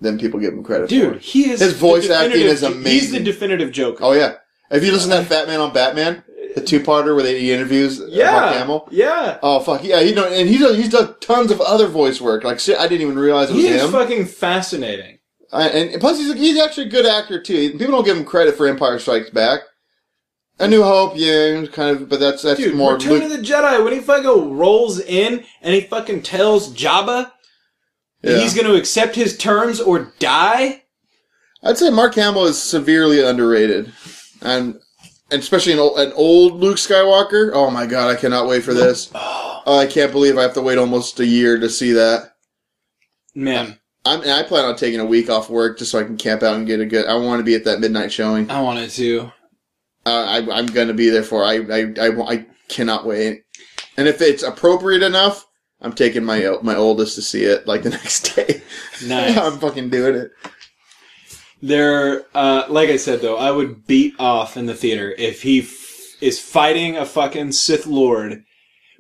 Speaker 2: than people give him credit for.
Speaker 1: Dude, he is
Speaker 2: His
Speaker 1: the
Speaker 2: voice acting
Speaker 1: definitive-
Speaker 2: is
Speaker 1: He's the
Speaker 2: amazing.
Speaker 1: definitive Joker.
Speaker 2: Oh yeah. If you listen to that Fat Man on Batman, the two-parter where they he interviews uh,
Speaker 1: yeah.
Speaker 2: Mark Hamill.
Speaker 1: Yeah.
Speaker 2: Oh fuck yeah, he done, and he's done, he's done tons of other voice work. Like shit, I didn't even realize it was
Speaker 1: He is
Speaker 2: him.
Speaker 1: fucking fascinating.
Speaker 2: I- and, and plus, he's he's actually a good actor too. People don't give him credit for Empire Strikes Back. A New Hope, yeah, kind of, but that's that's
Speaker 1: Dude,
Speaker 2: more
Speaker 1: Return
Speaker 2: Luke-
Speaker 1: of the Jedi, when he fucking rolls in and he fucking tells Jabba that
Speaker 2: yeah.
Speaker 1: he's going to accept his terms or die.
Speaker 2: I'd say Mark Hamill is severely underrated, and, and especially an old, an old Luke Skywalker. Oh my god, I cannot wait for this. Oh, I can't believe I have to wait almost a year to see that.
Speaker 1: Man,
Speaker 2: I'm, and I plan on taking a week off work just so I can camp out and get a good. I want to be at that midnight showing.
Speaker 1: I wanted to.
Speaker 2: Uh, I, I'm going to be there for. I, I, I, wa- I cannot wait. And if it's appropriate enough, I'm taking my o- my oldest to see it like the next day.
Speaker 1: Nice.
Speaker 2: I'm fucking doing it.
Speaker 1: There, uh, like I said though, I would beat off in the theater if he f- is fighting a fucking Sith Lord,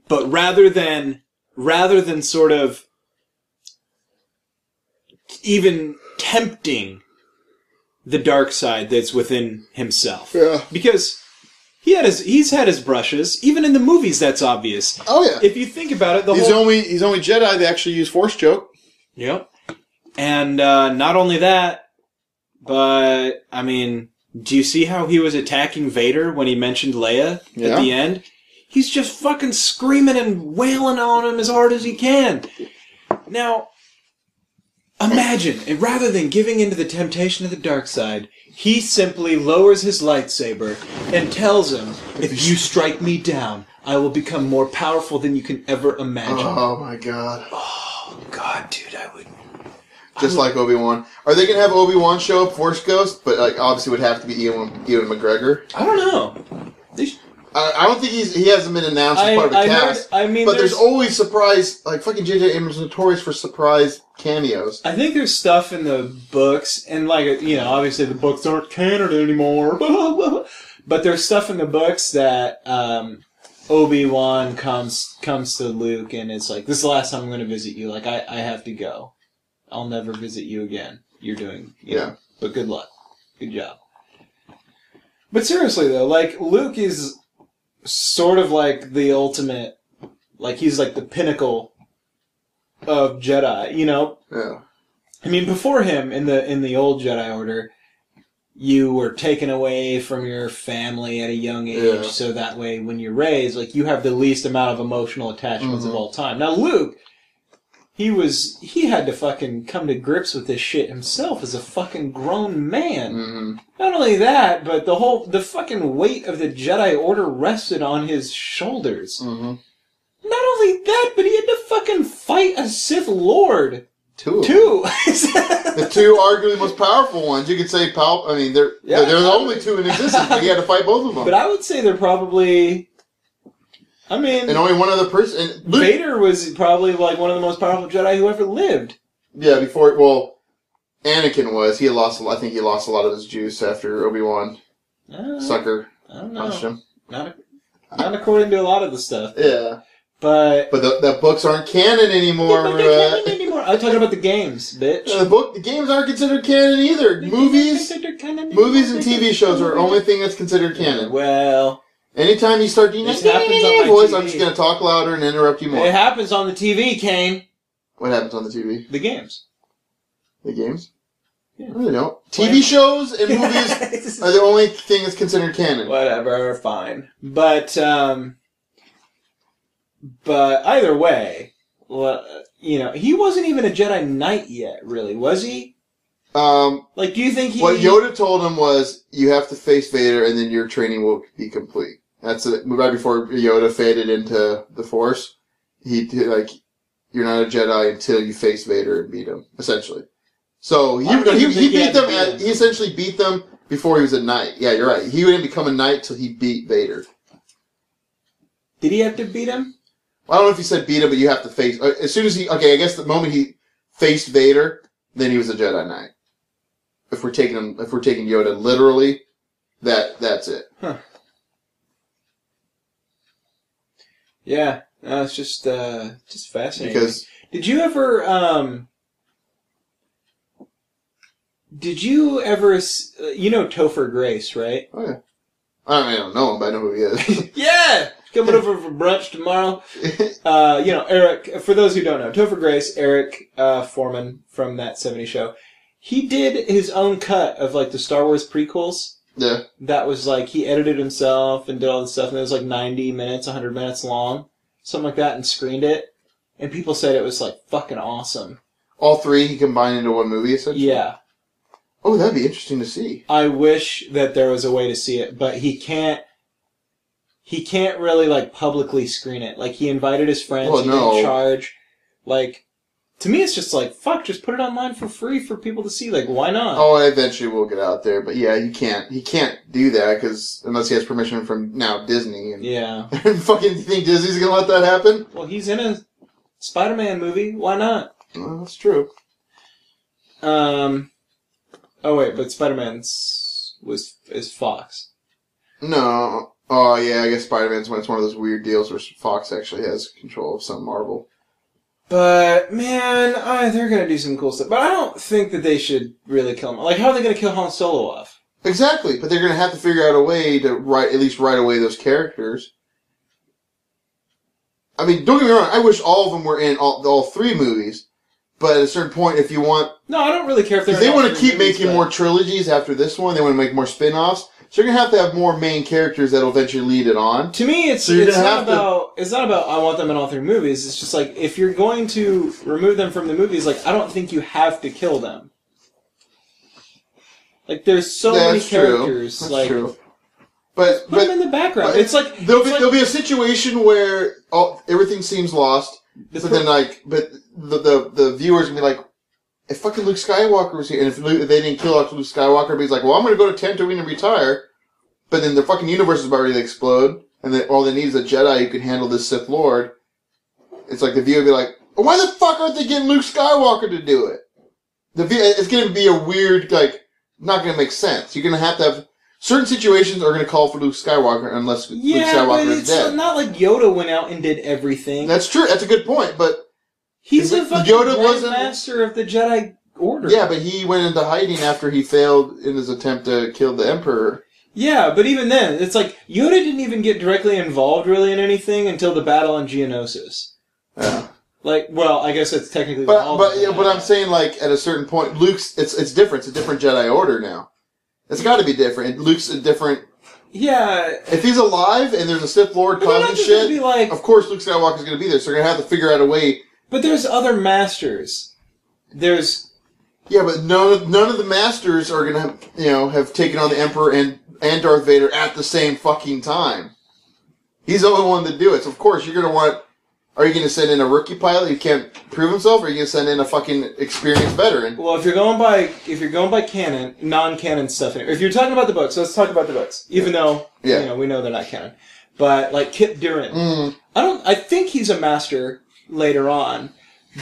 Speaker 1: but rather than rather than sort of even tempting the dark side that's within himself,
Speaker 2: Yeah.
Speaker 1: because he had his he's had his brushes. Even in the movies, that's obvious.
Speaker 2: Oh yeah.
Speaker 1: If you think about it, the
Speaker 2: he's
Speaker 1: whole
Speaker 2: only he's only Jedi. They actually use Force joke.
Speaker 1: Yep. And uh, not only that, but I mean, do you see how he was attacking Vader when he mentioned Leia
Speaker 2: Yeah.
Speaker 1: at the end? He's just fucking screaming and wailing on him as hard as he can. Now, imagine, and rather than giving into the temptation of the dark side, he simply lowers his lightsaber and tells him, "If you strike me down, I will become more powerful than you can ever imagine."
Speaker 2: Oh my god!
Speaker 1: God, dude, I would
Speaker 2: Just like Obi Wan. Are they gonna have Obi Wan show up Force Ghost? But like obviously would have to be Ewan, Ewan McGregor.
Speaker 1: I don't know. They sh-
Speaker 2: I, I don't think he's he hasn't been announced as
Speaker 1: I,
Speaker 2: part of the
Speaker 1: I, heard,
Speaker 2: cast.
Speaker 1: I mean,
Speaker 2: but
Speaker 1: there's,
Speaker 2: there's, always surprise. Like fucking J.J. Abrams is notorious for surprise cameos.
Speaker 1: I think there's stuff in the books, and like you know, obviously the books aren't canon anymore. but there's stuff in the books that um, Obi Wan comes comes to Luke, and it's like, "This is the last time I'm going to visit you. Like, I, I have to go. I'll never visit you again. You're doing, you
Speaker 2: Yeah.
Speaker 1: know, But good luck. Good job." But seriously though, like Luke is sort of like the ultimate, like he's like the pinnacle of Jedi. You know,
Speaker 2: Yeah.
Speaker 1: I mean, before him in the in the old Jedi Order, you were taken away from your family at a young age,
Speaker 2: Yeah.
Speaker 1: so that way when you're raised, like you have the least amount of emotional attachments
Speaker 2: Mhm.
Speaker 1: of all time. Now Luke, he was he had to fucking come to grips with this shit himself as a fucking grown man.
Speaker 2: hmm
Speaker 1: Not only that, but the whole the fucking weight of the Jedi Order rested on his shoulders.
Speaker 2: hmm
Speaker 1: Not only that, but he had to fucking fight a Sith Lord
Speaker 2: Two. of them.
Speaker 1: too.
Speaker 2: The two arguably most powerful ones. You could say Pal. I mean, they're
Speaker 1: Yeah.
Speaker 2: they're the only two in existence. but you had to fight both of them.
Speaker 1: But I would say they're probably. I mean,
Speaker 2: and only one other person. and Luke,
Speaker 1: Vader was probably like one of the most powerful Jedi who ever lived.
Speaker 2: Yeah, before well, Anakin was. He lost. a lot- I think he lost a lot of his juice after Obi Wan
Speaker 1: Uh,
Speaker 2: sucker
Speaker 1: I don't know.
Speaker 2: punched him.
Speaker 1: Not, not according to a lot of the stuff,
Speaker 2: Yeah,
Speaker 1: but.
Speaker 2: but the, the books aren't canon anymore.
Speaker 1: But they can't
Speaker 2: Right?
Speaker 1: win anymore. I'm talking about the games, bitch.
Speaker 2: The book, the games aren't considered canon either. uh, Movies, movies, and TV shows are the only thing that's considered canon.
Speaker 1: Well,
Speaker 2: Anytime you start doing
Speaker 1: This
Speaker 2: that
Speaker 1: happens on my
Speaker 2: voice,
Speaker 1: TV.
Speaker 2: I'm just going to talk louder and interrupt you more.
Speaker 1: it happens on the TV, Kane.
Speaker 2: What happens on the TV?
Speaker 1: The games.
Speaker 2: The games?
Speaker 1: Yeah.
Speaker 2: I really don't. TV shows and movies are the only thing that's considered canon.
Speaker 1: Whatever, fine. But um but either way, well, you know, he wasn't even a Jedi Knight yet, really, was he?
Speaker 2: Um,
Speaker 1: Like do you think he
Speaker 2: What Yoda told him was, "You have to face Vader, and then your training will be complete." That's it. Right before Yoda faded into the Force, he did, like, "You're not a Jedi until you face Vader and beat him." Essentially, so he
Speaker 1: I don't
Speaker 2: he,
Speaker 1: even
Speaker 2: he
Speaker 1: think he
Speaker 2: beat
Speaker 1: had to
Speaker 2: them.
Speaker 1: beat
Speaker 2: at-
Speaker 1: him.
Speaker 2: he essentially beat them before he was a knight. Yeah, you're right. He wouldn't become a knight till he beat Vader.
Speaker 1: did he have to beat him?
Speaker 2: I don't know if he said beat him, but you have to face. uh, As soon as he, okay, I guess the moment he faced Vader, then he was a Jedi Knight. If we're taking him, if we're taking Yoda literally, that that's it.
Speaker 1: Yeah. No, it's just uh just fascinating.
Speaker 2: Because
Speaker 1: Did you ever um Did you ever s- uh, you know Topher Grace, right?
Speaker 2: I, mean, I don't know him, but I know who he is.
Speaker 1: Yeah. Coming over for brunch tomorrow. uh, you know, Eric, for those who don't know, Topher Grace, Eric uh, Foreman from that 70 show, he did his own cut of like the Star Wars prequels.
Speaker 2: Yeah.
Speaker 1: that was like he edited himself and did all this stuff, and it was like 90 minutes, 100 minutes long, something like that, and screened it. And people said it was like fucking awesome.
Speaker 2: All three he combined into one movie, essentially?
Speaker 1: Yeah.
Speaker 2: Oh, that'd be interesting to see.
Speaker 1: I wish that there was a way to see it, but he can't. He can't really like publicly screen it. Like he invited his friends,
Speaker 2: Well,
Speaker 1: he
Speaker 2: no.
Speaker 1: didn't charge. Like, to me, it's just like fuck. Just put it online for free for people to see. Like, why not?
Speaker 2: Oh, eventually we'll get out there, but yeah, he can't. He can't do that because unless he has permission from now Disney, and
Speaker 1: Yeah.
Speaker 2: fucking you think Disney's gonna let that happen?
Speaker 1: Well, he's in a Spider-Man movie. Why not?
Speaker 2: Well, that's true.
Speaker 1: Um. Oh wait, but Spider Man's was is Fox.
Speaker 2: No. Oh yeah, I guess Spider-Man's when it's one of those weird deals where Fox actually has control of some Marvel.
Speaker 1: But man, I, they're gonna do some cool stuff. But I don't think that they should really kill him. Like, how are they gonna kill Han Solo off?
Speaker 2: Exactly, but they're gonna have to figure out a way to write at least write away those characters. I mean, don't get me wrong. I wish all of them were in all, all three movies, but at a certain point, if you want
Speaker 1: No, I don't really care if they're.
Speaker 2: If they
Speaker 1: in all
Speaker 2: want to
Speaker 1: three
Speaker 2: keep
Speaker 1: movies,
Speaker 2: making
Speaker 1: but-
Speaker 2: more trilogies after this one, they want to make more spin-offs. So you're gonna have to have more main characters that'll eventually lead it on.
Speaker 1: To me, it's
Speaker 2: So you're
Speaker 1: it's
Speaker 2: gonna
Speaker 1: not
Speaker 2: have to-
Speaker 1: about it's not about I want them in all three movies. It's just like if you're going to remove them from the movies, like I don't think you have to kill them. Like there's so many
Speaker 2: That's true.
Speaker 1: characters.
Speaker 2: That's
Speaker 1: like
Speaker 2: true. But
Speaker 1: put them
Speaker 2: but
Speaker 1: in the background.
Speaker 2: but
Speaker 1: It's like
Speaker 2: there'll
Speaker 1: it's
Speaker 2: be
Speaker 1: like
Speaker 2: there'll be a situation where all, everything seems lost,
Speaker 1: the
Speaker 2: but then like but the the, the viewers gonna be like. If fucking Luke Skywalker was here, and if, Luke, if they didn't kill off Luke Skywalker, everybody's like, "Well, I'm going to go to Tatooine and retire," but then the fucking universe is about ready to explode, and then all they need is a Jedi who can handle this Sith Lord. It's like the viewer would be like, why the fuck aren't they getting Luke Skywalker to do it? The view, it's going to be a weird, like, not going to make sense. You're going to have to have certain situations are going to call for Luke Skywalker unless Luke
Speaker 1: Yeah,
Speaker 2: Skywalker
Speaker 1: but
Speaker 2: is
Speaker 1: it's
Speaker 2: dead.
Speaker 1: not like Yoda went out and did everything.
Speaker 2: That's true. That's a good point, but
Speaker 1: He's
Speaker 2: But
Speaker 1: a fucking
Speaker 2: Yoda wasn't-
Speaker 1: master of the Jedi Order.
Speaker 2: yeah, but he went into hiding after he failed in his attempt to kill the Emperor.
Speaker 1: Yeah, but even then, it's like Yoda didn't even get directly involved really in anything until the battle on Geonosis.
Speaker 2: Yeah.
Speaker 1: Like, well, I guess that's technically.
Speaker 2: But
Speaker 1: involved
Speaker 2: but
Speaker 1: in
Speaker 2: yeah,
Speaker 1: that.
Speaker 2: but I'm saying like at a certain point, Luke's it's it's different. It's a different Jedi Order now. It's got to be different. Luke's a different.
Speaker 1: yeah.
Speaker 2: If he's alive and there's a Sith Lord
Speaker 1: But they're not
Speaker 2: causing
Speaker 1: just gonna
Speaker 2: shit,
Speaker 1: be like.
Speaker 2: Of course, Luke Skywalker's going to be there, so they're going to have to figure out a way.
Speaker 1: But there's other masters. There's
Speaker 2: Yeah, but none of, none of the Masters are going to, you know, have taken on the Emperor and, and Darth Vader at the same fucking time. He's the only one to do it. So of course, you're going to want. Are you going to send in a rookie pilot who can't prove himself, or are you going to send in a fucking experienced veteran?
Speaker 1: well, if you're going by if you're going by canon, non-canon stuff. in- If you're talking about the books, let's talk about the books. Even though
Speaker 2: Yeah.
Speaker 1: you know we know they're not canon, but like Kip Duran.
Speaker 2: Mm,
Speaker 1: I don't. I think he's a master later on,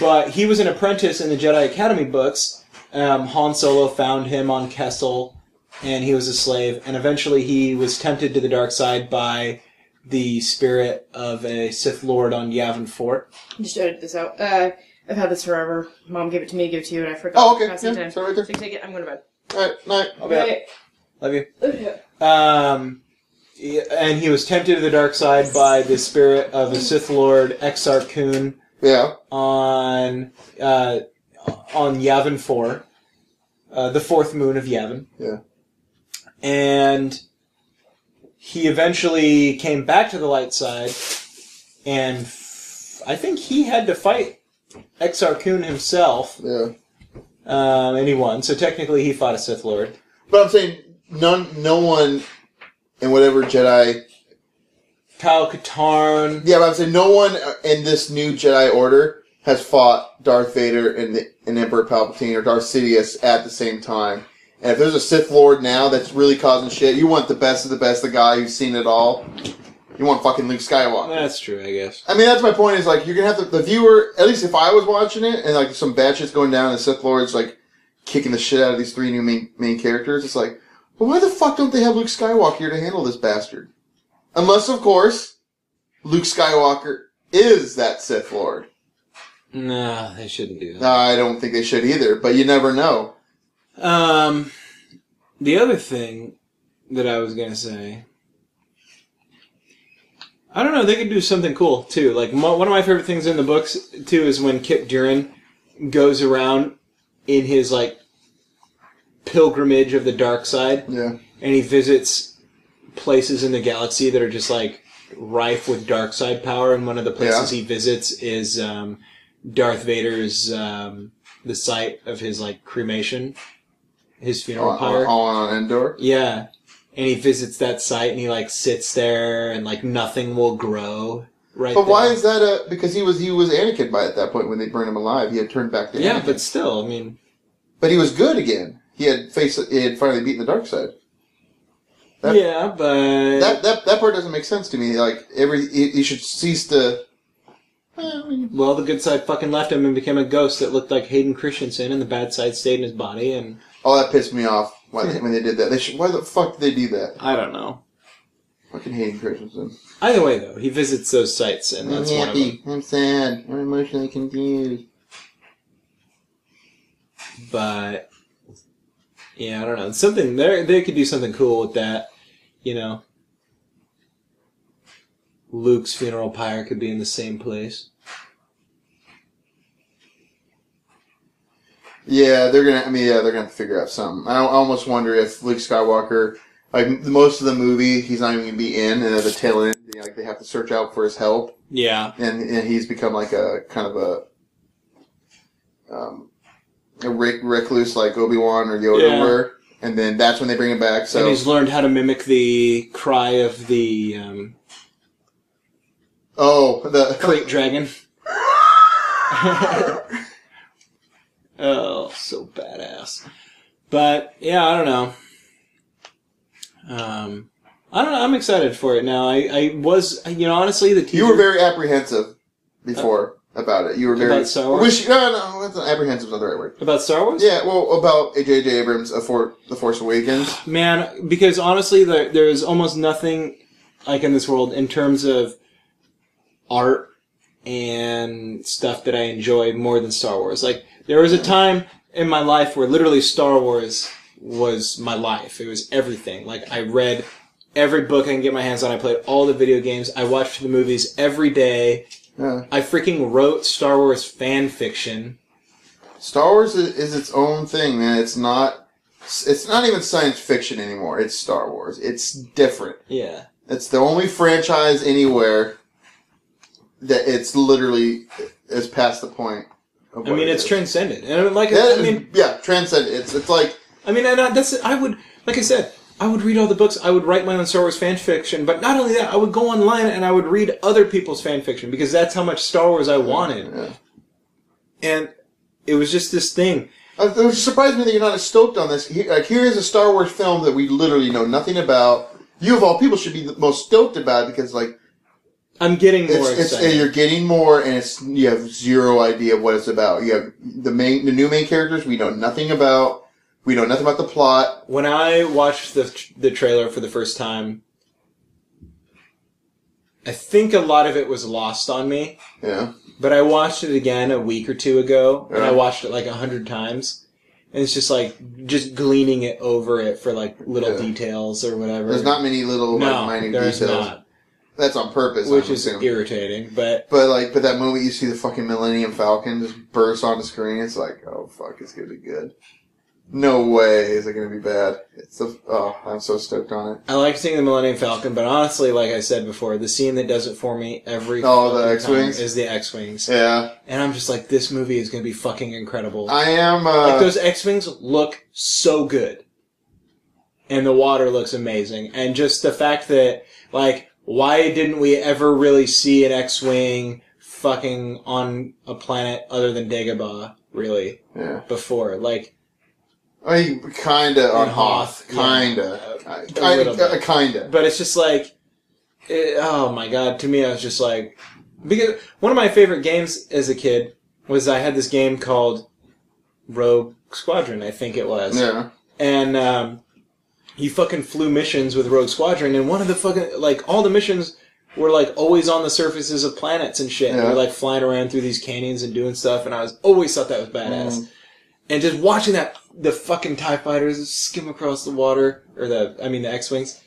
Speaker 1: but he was an apprentice in the Jedi Academy books. Um, Han Solo found him on Kessel, and he was a slave. And eventually, he was tempted to the dark side by the spirit of a Sith Lord on Yavin Fort.
Speaker 3: Just edit this out. Uh, I've had this forever. Mom gave it to me to give it to you, and I forgot.
Speaker 2: oh, okay.
Speaker 3: Pass it
Speaker 2: Yeah,
Speaker 3: time. So
Speaker 2: sorry, right there.
Speaker 3: you take it. I'm going to bed.
Speaker 2: All right, night.
Speaker 1: I'll be out. Love you.
Speaker 3: Okay.
Speaker 1: Um, yeah, and he was tempted to the dark side by the spirit of a Sith Lord Exar Kun.
Speaker 2: Yeah.
Speaker 1: on uh, on Yavin Four, uh, the fourth moon of Yavin.
Speaker 2: Yeah.
Speaker 1: And he eventually came back to the light side, and f- I think he had to fight Exar Kun himself,
Speaker 2: Yeah.
Speaker 1: um, and he won. So technically, he fought a Sith Lord.
Speaker 2: But I'm saying none, no one in whatever Jedi
Speaker 1: Kyle Katarn.
Speaker 2: Yeah, but I'm saying no one in this new Jedi Order has fought Darth Vader and, the, and Emperor Palpatine or Darth Sidious at the same time. And if there's a Sith Lord now that's really causing shit, you want the best of the best, the guy who's seen it all. You want fucking Luke Skywalker.
Speaker 1: That's true, I guess.
Speaker 2: I mean, that's my point. Is like you're gonna have to, the viewer. At least if I was watching it, and like some bad shit's going down, and Sith Lord's like kicking the shit out of these three new main, main characters. It's like, well, why the fuck don't they have Luke Skywalker here to handle this bastard? Unless, of course, Luke Skywalker is that Sith Lord.
Speaker 1: No, they shouldn't do that.
Speaker 2: I don't think they should either, but you never know.
Speaker 1: Um, the other thing that I was gonna say, I don't know. They could do something cool too. Like mo one of my favorite things in the books too is when Kip Duran goes around in his like pilgrimage of the dark side,
Speaker 2: Yeah,
Speaker 1: and he visits places in the galaxy that are just like rife with dark side power. And one of the places he visits is um, Darth Vader's um, the site of his like cremation, his funeral pyre.
Speaker 2: all on Endor.
Speaker 1: Yeah. And he visits that site and he like sits there and like nothing will grow right
Speaker 2: But why
Speaker 1: there.
Speaker 2: is that a? Because he was he was Anakin by at that point when they burned him alive. He had turned back to
Speaker 1: Yeah,
Speaker 2: Anakin.
Speaker 1: but still, I mean
Speaker 2: But he was good again. He had face. He had finally beaten the dark side. That-
Speaker 1: Yeah, but
Speaker 2: That that that part doesn't make sense to me. Like every, he, he should cease to.
Speaker 1: well the good side fucking left him and became a ghost that looked like Hayden Christensen and the bad side stayed in his body and
Speaker 2: Oh, that pissed me off when they, when they did that. They should. Why the fuck did they do that?
Speaker 1: I don't know.
Speaker 2: Fucking hating Christensen.
Speaker 1: Either way though, he visits those sites and that's one of them.
Speaker 2: I'm sad. I'm emotionally confused.
Speaker 1: But yeah, I don't know. Something there they could do something cool with that, you know. Luke's funeral pyre could be in the same place.
Speaker 2: Yeah, they're gonna. I mean, yeah, they're gonna have to figure out something. I, I almost wonder if Luke Skywalker, like m- most of the movie, he's not even gonna be in, and at the tail end, you know, like they have to search out for his help,
Speaker 1: Yeah.
Speaker 2: and and he's become like a kind of a, um, a rec- recluse like Obi Wan or Yoda
Speaker 1: Yeah.
Speaker 2: were, and then that's when they bring him back. So
Speaker 1: and he's learned how to mimic the cry of the um,
Speaker 2: oh, the
Speaker 1: crate dragon. oh, so badass. But yeah, I don't know. Um, I don't know. I'm excited for it now. I, I was, you know, honestly, the teaser.
Speaker 2: you were very apprehensive before about it. You were very
Speaker 1: About Star Wars?
Speaker 2: Which, no, no, that's not, apprehensive is not the right word.
Speaker 1: about Star Wars.
Speaker 2: Yeah, well, about J.J. Abrams, of For- The Force Awakens.
Speaker 1: man because honestly there, there's almost nothing like in this world in terms of art and stuff that i enjoy more than star wars like there was a time in my life where literally star wars was my life it was everything like i read every book i can get my hands on i played all the video games i watched the movies every day
Speaker 2: Yeah.
Speaker 1: i freaking wrote star wars fan fiction
Speaker 2: Star Wars is, is its own thing, man. It's not. It's not even science fiction anymore. It's Star Wars. It's different.
Speaker 1: yeah
Speaker 2: It's the only franchise anywhere that it's literally is past the point. Of
Speaker 1: i
Speaker 2: what
Speaker 1: mean
Speaker 2: it
Speaker 1: it's
Speaker 2: is.
Speaker 1: transcendent and like
Speaker 2: Yeah,
Speaker 1: i mean
Speaker 2: yeah, transcendent. It's it's like
Speaker 1: I mean, and I, that's I would like I said, I would read all the books. I would write my own Star Wars fan fiction, but not only that, I would go online and I would read other people's fan fiction because that's how much Star Wars I wanted.
Speaker 2: Yeah.
Speaker 1: And it was just this thing.
Speaker 2: Uh, It was surprised me that you're not as stoked on this. Here, like, here is a Star Wars film that we literally know nothing about. You of all people should be the most stoked about it because, like,
Speaker 1: I'm getting more
Speaker 2: it's, it's,
Speaker 1: excited.
Speaker 2: you're getting more, and it's you have zero idea what it's about. You have the main, the new main characters we know nothing about. We know nothing about the plot.
Speaker 1: when I watched the tr- the trailer for the first time, I think a lot of it was lost on me.
Speaker 2: Yeah,
Speaker 1: But I watched it again a week or two ago, and I
Speaker 2: Yeah.
Speaker 1: watched it like a hundred times. And it's just like just gleaning it over it for like little
Speaker 2: Yeah.
Speaker 1: details or whatever.
Speaker 2: there's not many little like,
Speaker 1: no,
Speaker 2: minor
Speaker 1: there's
Speaker 2: details.
Speaker 1: not,
Speaker 2: That's on purpose,
Speaker 1: which
Speaker 2: I'm
Speaker 1: is
Speaker 2: assuming.
Speaker 1: irritating. But
Speaker 2: But like, but that moment you see the fucking Millennium Falcon just burst on the screen, it's like, oh fuck, it's gonna be good. No way is it gonna be bad. It's the oh, I'm so stoked on it.
Speaker 1: I like seeing the Millennium Falcon. But honestly, like I said before, the scene that does it for me every
Speaker 2: Oh, the
Speaker 1: fucking
Speaker 2: X-Wings?
Speaker 1: time is the X Wings,
Speaker 2: Yeah,
Speaker 1: and I'm just like, this movie is going to be fucking incredible.
Speaker 2: I am. Uh,
Speaker 1: like those X wings look so good, and the water looks amazing, and just the fact that like why didn't we ever really see an X wing fucking on a planet other than Dagobah really
Speaker 2: yeah.
Speaker 1: before? Like
Speaker 2: I mean, kinda on
Speaker 1: And
Speaker 2: Hoth,
Speaker 1: Hoth, yeah.
Speaker 2: kinda,
Speaker 1: A- a
Speaker 2: kinda,
Speaker 1: little bit.
Speaker 2: kinda.
Speaker 1: But it's just like, it, oh my god! To me, I was just like, because one of my favorite games as a kid was I had this game called Rogue Squadron, I think it was.
Speaker 2: Yeah,
Speaker 1: and um, he fucking flew missions with Rogue Squadron, and one of the fucking like all the missions were like always on the surfaces of planets and shit. And
Speaker 2: Yeah.
Speaker 1: We're like flying around through these canyons and doing stuff, and I was always thought that was
Speaker 2: Mm-hmm.
Speaker 1: badass. And just watching that the fucking Tie fighters skim across the water, or the I mean the X wings,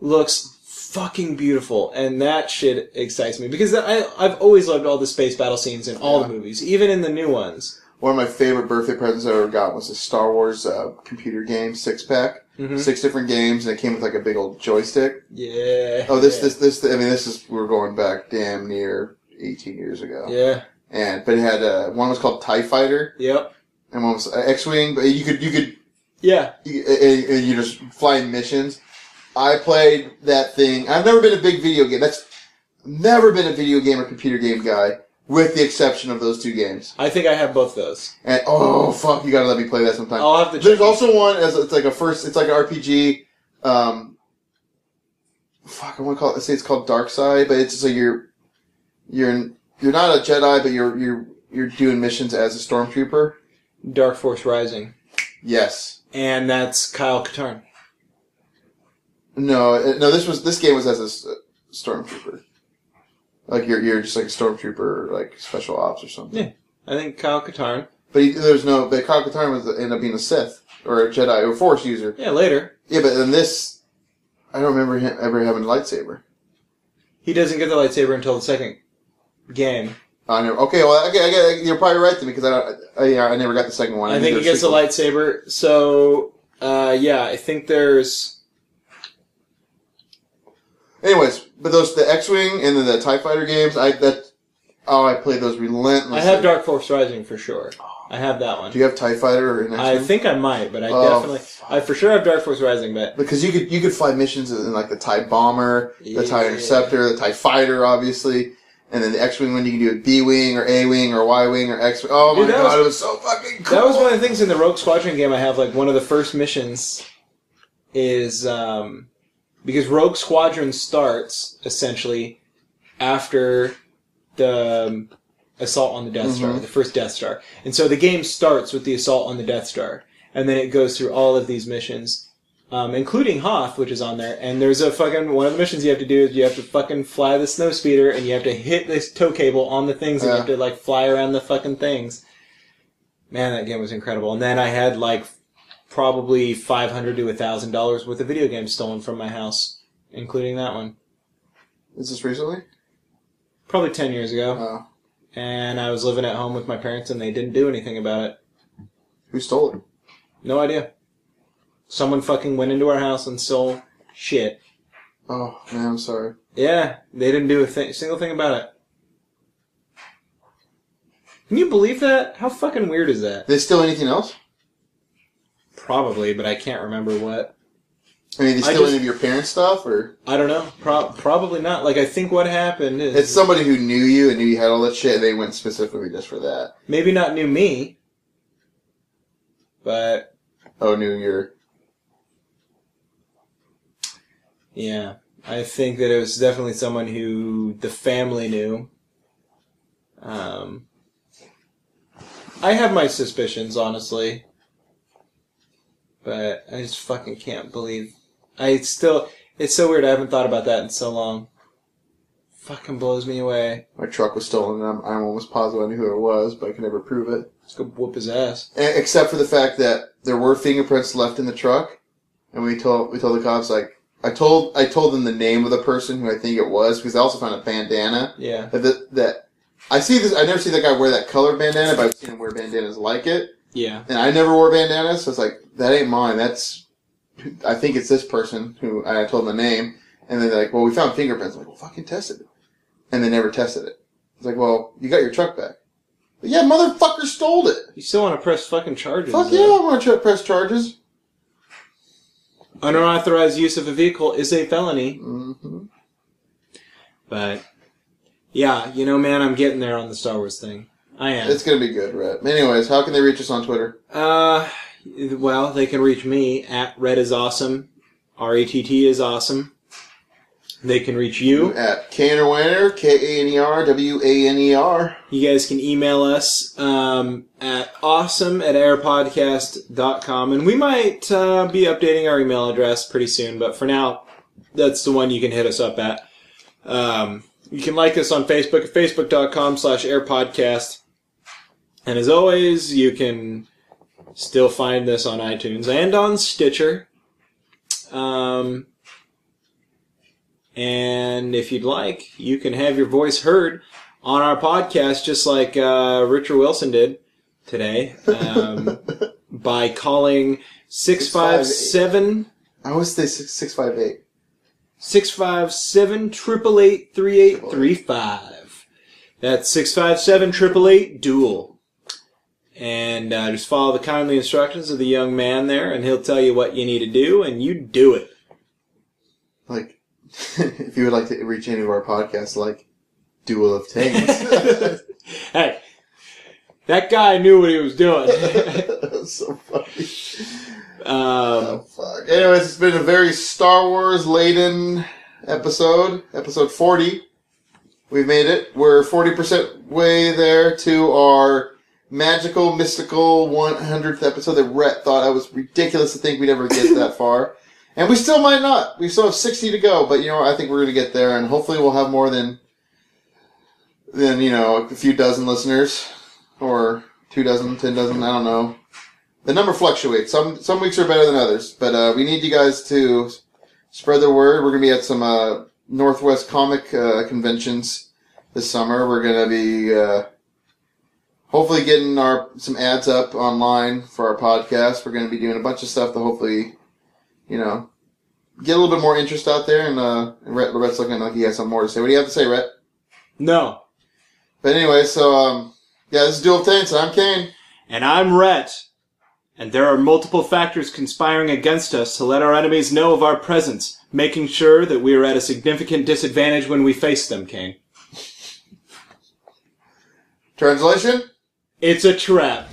Speaker 1: looks fucking beautiful, and that shit excites me because I I've always loved all the space battle scenes in all the movies, even in the new ones.
Speaker 2: one of my favorite birthday presents I ever got was a Star Wars uh, computer game six pack.
Speaker 1: Mm-hmm.
Speaker 2: six different games, and it came with like a big old joystick.
Speaker 1: Yeah.
Speaker 2: Oh, this,
Speaker 1: yeah.
Speaker 2: this, this. I mean, this is we're going back damn near eighteen years ago.
Speaker 1: Yeah.
Speaker 2: And but it had uh, one was called Tie Fighter,
Speaker 1: Yep.
Speaker 2: and one was uh, X Wing. But you could you could
Speaker 1: Yeah.
Speaker 2: you, and, and you just flying missions. I played that thing. I've never been a big video game. That's never been a video game or computer game guy, with the exception of those two games.
Speaker 1: I think I have both those.
Speaker 2: And oh fuck, you gotta let me play that sometime.
Speaker 1: I'll have to check.
Speaker 2: There's also one as it's like a first. It's like an RPG. Um, fuck, I want to call it. Let's say it's called Dark Side, but it's just like you're you're you're not a Jedi, but you're you're you're doing missions as a stormtrooper.
Speaker 1: Dark Force Rising.
Speaker 2: Yes.
Speaker 1: And that's Kyle Katarn.
Speaker 2: No. uh, No. This was this game was as a s- uh, stormtrooper. Like you're you're just like a stormtrooper, like special ops or something.
Speaker 1: Yeah. I think Kyle Katarn.
Speaker 2: But he, there's no. But Kyle Katarn was ended up being a Sith or a Jedi or Force user.
Speaker 1: Yeah, later.
Speaker 2: Yeah, but in this, I don't remember him ever having a lightsaber.
Speaker 1: He doesn't get the lightsaber until the second game.
Speaker 2: I never. Okay, well, okay, okay, you're probably right then because I, don't- I, yeah, I never got the second one.
Speaker 1: I think he gets the
Speaker 2: light.
Speaker 1: lightsaber. So, uh, yeah, I think there's.
Speaker 2: Anyways, but those the X-wing and then the Tie Fighter games, I that oh, I played those relentlessly.
Speaker 1: I have Dark Force Rising for sure. I have that one.
Speaker 2: Do you have Tie Fighter or an
Speaker 1: I
Speaker 2: X-wing?
Speaker 1: think I might, but I
Speaker 2: Oh,
Speaker 1: definitely, I for sure have Dark Force Rising, but
Speaker 2: because you could you could fly missions in like the Tie Bomber, the Tie
Speaker 1: Yeah.
Speaker 2: Interceptor, the Tie Fighter, obviously. And then the X-wing one, you can do a B-wing or A-wing or Y-wing or X. Oh my
Speaker 1: Dude, that
Speaker 2: god,
Speaker 1: was-
Speaker 2: it was so fucking cool.
Speaker 1: that was one of the things in the Rogue Squadron game I have. Like one of the first missions is um, because Rogue Squadron starts essentially after the um, assault on the Death Star, the first Death Star, and so the game starts with the assault on the Death Star, and then it goes through all of these missions. Um, including Hoth, which is on there, and there's a fucking one of the missions you have to do is you have to fucking fly the snow speeder and you have to hit this tow cable on the things and you
Speaker 2: Yeah.
Speaker 1: have to like fly around the fucking things. Man, that game was incredible. And then I had like probably five hundred to thousand dollars worth of video games stolen from my house, including that one.
Speaker 2: Is this recently?
Speaker 1: Probably ten years ago.
Speaker 2: Uh,
Speaker 1: And I was living at home with my parents and they didn't do anything about it.
Speaker 2: who stole it?
Speaker 1: No idea. Someone fucking went into our house and stole shit.
Speaker 2: Oh man, I'm sorry.
Speaker 1: Yeah, they didn't do a thi- single thing about it. Can you believe that? How fucking weird is that?
Speaker 2: Did they steal anything else?
Speaker 1: Probably, but I can't remember what.
Speaker 2: I mean, did they
Speaker 1: I
Speaker 2: steal
Speaker 1: just-
Speaker 2: any of your parents' stuff or?
Speaker 1: I don't know. Pro- probably not. Like I think what happened is
Speaker 2: It's somebody who knew you and knew you had all that shit, and they went specifically just for that.
Speaker 1: maybe not knew me, but
Speaker 2: Oh, knew your.
Speaker 1: yeah, I think that it was definitely someone who the family knew. Um, I have my suspicions, honestly, but I just fucking can't believe I still. It's so weird. I haven't thought about that in so long. Fucking blows me away.
Speaker 2: My truck was stolen, and I'm, I'm almost positive I knew who it was, but I could never prove it.
Speaker 1: Let's go whoop his ass.
Speaker 2: E- Except for the fact that there were fingerprints left in the truck, and we told we told the cops like I told I told them the name of the person who I think it was because I also found a bandana
Speaker 1: Yeah.
Speaker 2: that that- that I see this I never see that guy wear that color bandana, but I've seen him wear bandanas like it,
Speaker 1: Yeah.
Speaker 2: and I never wore bandanas, so it's like that ain't mine. That's I think it's this person who and I told them the name, and then they're like, "Well, we found fingerprints." I'm like, "Well, fucking tested it," and they never tested it. It's like, "Well, you got your truck back." But yeah, motherfucker stole it.
Speaker 1: You still want to press fucking charges?
Speaker 2: Fuck
Speaker 1: though.
Speaker 2: yeah, I'm gonna ch- press charges.
Speaker 1: unauthorized use of a vehicle is a felony.
Speaker 2: hmm
Speaker 1: But yeah, you know, man, I'm getting there on the Star Wars thing. I am.
Speaker 2: It's gonna be good, Rhett. Anyways, how can they reach us on Twitter?
Speaker 1: Uh, well, they can reach me at red is awesome, r e t t is awesome. They can reach you.
Speaker 2: At Kanerwaner, K A N E R W A N E R.
Speaker 1: You guys can email us um, at awesome at airpodcast.com. And we might uh, be updating our email address pretty soon, but for now, that's the one you can hit us up at. Um, you can like us on Facebook at facebook.com slash airpodcast. And as always, you can still find this on iTunes and on Stitcher. Um, and if you'd like, you can have your voice heard on our podcast, just like uh, Richard Wilson did today. Um, by calling six five seven
Speaker 2: I always say six six five eight.
Speaker 1: six five seven triple eight three eight three five. That's six five seven triple eight duel. And uh, just follow the kindly instructions of the young man there, and he'll tell you what you need to do, and you do it.
Speaker 2: Like, if you would like to reach any of our podcasts, like Duel of Tanks.
Speaker 1: hey, that guy knew what he was doing.
Speaker 2: That's so funny.
Speaker 1: um,
Speaker 2: Oh, fuck. Anyways, it's been a very Star Wars laden episode, episode 40. We've made it. We're 40% way there to our magical, mystical 100th episode that Rhett thought I was ridiculous to think we'd ever get that far. And we still might not. We still have 60 to go, but you know what? I think we're going to get there, and hopefully we'll have more than, than, you know, a few dozen listeners, or two dozen, ten dozen, I don't know the number fluctuates. Some some weeks are better than others, but uh, we need you guys to s- spread the word. We're gonna be at some uh, Northwest comic uh, conventions this summer. We're gonna be uh, hopefully getting our some ads up online for our podcast. We're gonna be doing a bunch of stuff to hopefully, you know, get a little bit more interest out there. And, uh, and Rhett, Rhett's looking like he has something more to say. What do you have to say, Rhett?
Speaker 1: no.
Speaker 2: But anyway, so um, yeah, this is Dual Tanks. I'm Kane.
Speaker 1: And I'm Rhett. And there are multiple factors conspiring against us to let our enemies know of our presence, making sure that we are at a significant disadvantage when we face them, King.
Speaker 2: Translation.
Speaker 1: It's a trap.